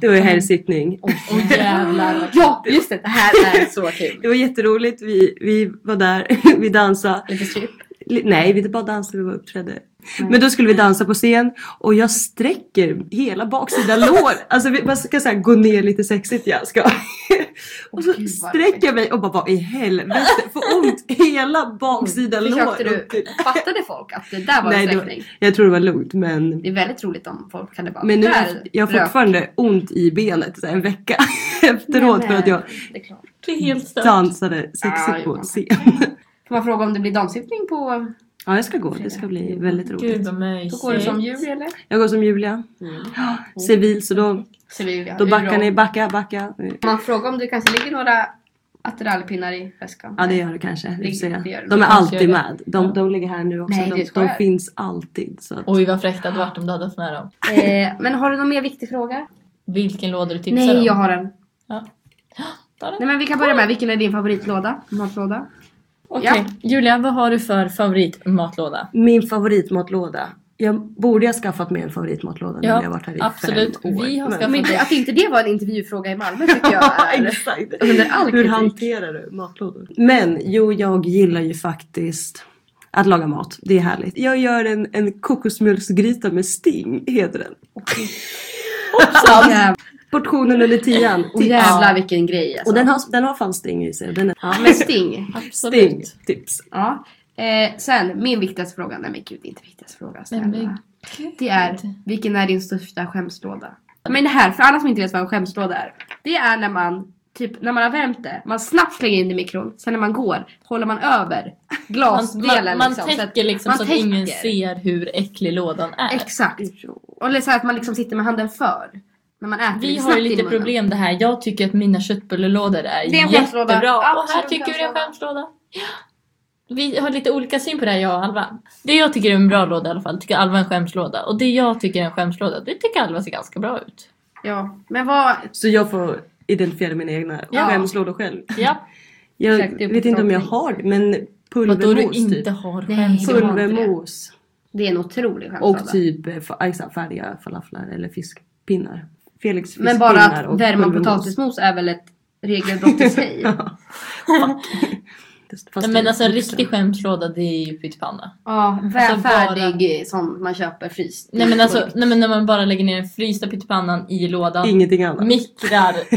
C: det var ju här sittning.
A: Åh jävlar vad
B: Ja just det, det här är så kul.
C: Det var jätteroligt. Vi, vi var där, vi dansade.
B: Lite strip.
C: Li- Nej, vi bara dansade, vi var uppträdde. Men då skulle vi dansa på scen och jag sträcker hela baksida lår. Alltså vi- man ska såhär gå ner lite sexigt jag ska. Och så
B: Åh, gud, vad
C: sträcker jag mig och bara vad i helvete får ont hela baksida lår.
B: Mm, Försökte du,
C: upp till-
B: fattade folk att det där var
C: Nej,
B: en
C: det var-
B: sträckning?
C: Jag tror det var lugnt men.
B: Det är väldigt roligt om folk kan det vara.
C: Men nu
B: där
C: jag har
B: rök.
C: fortfarande ont i benet så här, en vecka efteråt för att jag
B: Det är klart.
A: det är helt stört.
C: dansade
B: Ja,
C: sexigt på
B: ja.
C: scen.
B: Kan man fråga om det blir damsittning på...
C: Ja jag ska gå, det ska bli väldigt
A: Gud
C: roligt.
A: vad
B: Då går det som
A: mysigt.
B: jul eller?
C: Jag går som Julia,
B: Mm.
C: civil så då
B: Så vi, ja,
C: Då
B: hur
C: backar
B: bra.
C: ni, backa, backa.
B: Kan man fråga om det kanske ligger några attiralpinnar i väskan?
C: Ja det gör det kanske. Vi får se.
B: Det gör det.
C: De är alltid
A: Kanske
C: med. De,
A: Ja.
C: de ligger här nu också.
B: Nej, det
C: de,
B: skojar.
C: de finns alltid. Så. att-
A: Oj vad fräckt det hade varit om du hade haft med dem.
B: Eh, men har du någon mer viktig fråga?
A: Vilken låda du tipsar om?
B: Nej, jag har en.
A: Ta den.
B: Nej men vi kan börja med, vilken är din favoritlåda? Matlåda?
A: Okej, Julia vad har du för favoritmatlåda?
C: Min favoritmatlåda. Jag borde jag skaffat mig en favoritmatlåda nu
A: Ja,
C: när jag har varit här i
A: absolut.
C: fem år.
A: Vi har
C: Men-
A: skaffat-
B: Om inte, att inte det var en intervjufråga i Malmö tycker
C: Ja,
B: jag är...
C: exakt.
B: under all
C: Hur
B: kritik.
C: hanterar du matlådor? Men jo, jag gillar ju faktiskt att laga mat. Det är härligt. Jag gör en, en kokosmjölksgryta med sting, heter den.
B: Åh, jävlar,
C: Portionen under tian.
B: åh, jävlar vilken grej alltså.
C: Och den har, den har fan sting i sig. Den är,
B: Ja, men sting.
C: sting.
A: Absolut.
C: Tips.
B: Ja. Eh, sen, min viktigaste fråga. Nej men gud, det är inte viktigaste frågan.
A: Nej, men
B: snälla. Det är, vilken är din största skämslåda? Men det här, för alla som inte vet vad en skämslåda är. Det är när man, typ när man har värmt det, man snabbt slänger in det i mikron. Sen när man går, håller man över
A: Man, man,
B: glasdelen
A: man
B: liksom. så att-
A: täcker liksom
B: man
A: så att ingen
B: täcker.
A: ser hur äcklig lådan är.
B: Exakt. Och Eller så här att man liksom sitter med handen för. När man äter
A: Vi
B: lite
A: har
B: snabbt
A: ju
B: i
A: lite
B: munnen.
A: problem det här. Jag tycker att mina köttbullelådor är,
B: Det är en skämslåda.
A: jättebra. Och här
B: Absolut
A: tycker vi en
B: skämslåda.
A: skämslåda. Ja. Vi har lite olika syn på det här jag och Alva. Det jag tycker är en bra låda i alla fall tycker Alva är en skämslåda. Och det jag tycker är en skämslåda, det tycker Alva ser ganska bra ut.
B: Ja, men vad...
C: Så jag får identifiera mina egna
B: Ja.
C: skämslådor själv.
A: Ja,
C: Jag
B: Exakt, det är
C: vet inte om jag
B: uppdragning.
C: har det, men
A: vadå du
C: pulvermos typ.
A: inte har
B: Nej,
A: skämslåda?
B: har inte det.
C: Pulvermos
B: Det är en otrolig skämslåda.
C: och typ eh, fa- exakt, färdiga falaflar eller fiskpinnar. Felix fiskpinnar
B: men bara att
C: och
B: värma
C: pulvermos.
B: potatismos är väl ett regelbrott i sig?
C: Ja.
A: Nej,
C: Fast
A: men
B: typ.
C: det-
A: alltså en riktig skämslåda det är ju pyttipanna.
B: Ja,
A: Alltså bara-
B: välfärdig sån man köper fryst.
A: Nej men alltså nej, men när man bara lägger ner den frysta pyttipannan i lådan.
C: Ingenting annat.
A: Mikrar,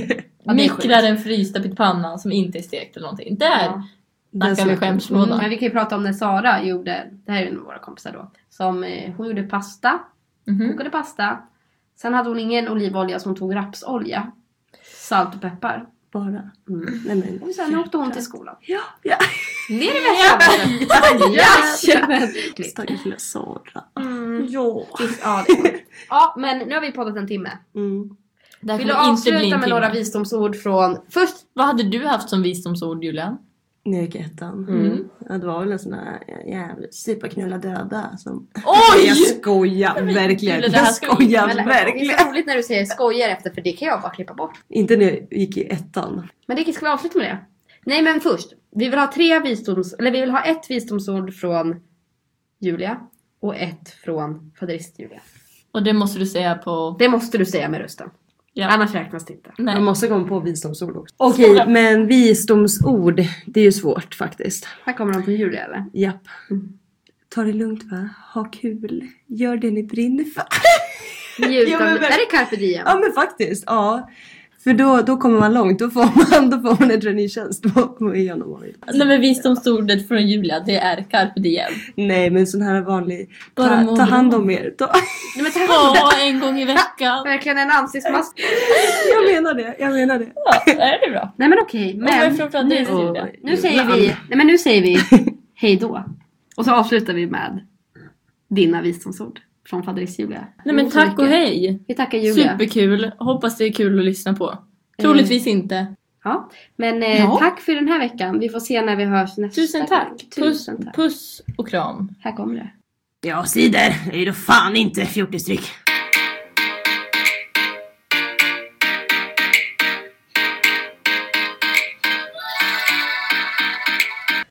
B: Ja, det är sjukt.
A: mikrar den frysta pyttipannan som inte är stekt eller någonting. Där
B: Ja.
C: Där
A: snackar vi
C: snackar vi.
A: skämslåda.
B: Mm, men vi kan ju prata om när Sara gjorde, det här är en av våra kompisar då, som eh, hon gjorde pasta,
A: Mhm.
B: kokade pasta. Sen hade hon ingen olivolja så hon tog rapsolja, salt och peppar.
C: Bara. Mm. Nej, men.
B: Och sen åkte hon till skolan.
C: Ja, ja.
B: Ner i väskan! Jajamän!
C: Stackars lilla Sara.
B: Mm.
C: Ja.
B: Ja, det går. ja, men nu har vi poddat en timme.
C: Mm.
A: Det här
B: Vill du
A: kommer inte bli
B: avsluta
A: en
B: med
A: timme.
B: några visdomsord från... Först,
A: Vad hade du haft som visdomsord Julia?
C: När jag gick i ettan.
A: Mm.
C: Ja, det var väl en sån här jävla superknulla döda som
A: Oj!
C: Jag skojar verkligen.
A: Julia, det här
C: Jag
A: ska vi
C: skojar
B: Men Det är
C: verkligen.
B: så roligt när du säger skojar efter för det kan jag bara klippa bort.
C: Inte när jag gick i ettan.
B: Men det ska vi avsluta med det. Nej men först, vi vill ha tre visdoms... Eller vi vill ha ett visdomsord från Julia och ett från faderist Julia.
A: Och det måste du säga på...
B: Det måste du säga med rösten.
A: Ja.
B: Annars räknas det inte.
A: Nej.
C: Man måste komma på visdomsord också. Okej, men visdomsord. Det är ju svårt faktiskt.
B: Här kommer de från Julia eller?
C: Japp. Ta det lugnt va? Ha kul. Gör det ni brinner för.
B: Njut
C: Ja,
B: av...
C: men verkligen.
B: Är det carpe diem?
C: Ja men faktiskt. Ja. För då, då kommer man långt, då får man, då får man en traineetjänst på, på Eon om man vill.
A: Nej men visdomsordet från Julia, det är carpe diem.
C: Nej men sån här vanlig,
A: Bara
C: ta,
A: må
C: ta hand
A: bra.
C: om er. Ta,
B: Nej, men ta hand
A: Ja, en gång i veckan.
B: Verkligen en ansiktsmask.
C: jag menar det, jag menar det.
A: Ja, är det bra?
B: Nej men okej,
A: Men,
B: men
A: framförallt
B: nu,
A: det är Julia.
C: Oj,
B: nu säger
C: Johan.
B: vi, nej men nu säger vi hej då. Och så avslutar vi med dina visdomsord från Faderist Julia.
A: Nej men
B: så
A: tack och
B: mycket.
A: hej.
B: Vi tackar Julia.
A: Superkul. Hoppas det är kul att lyssna på. Troligtvis inte.
B: Ja, men eh,
A: Ja.
B: tack för den här veckan. Vi får se när vi hörs nästa
A: Tusen
B: gång.
A: tack. Puss,
B: Tusen tack.
A: puss och kram.
B: Här kommer det.
C: Ja, cider är ju då fan inte 40 stryck.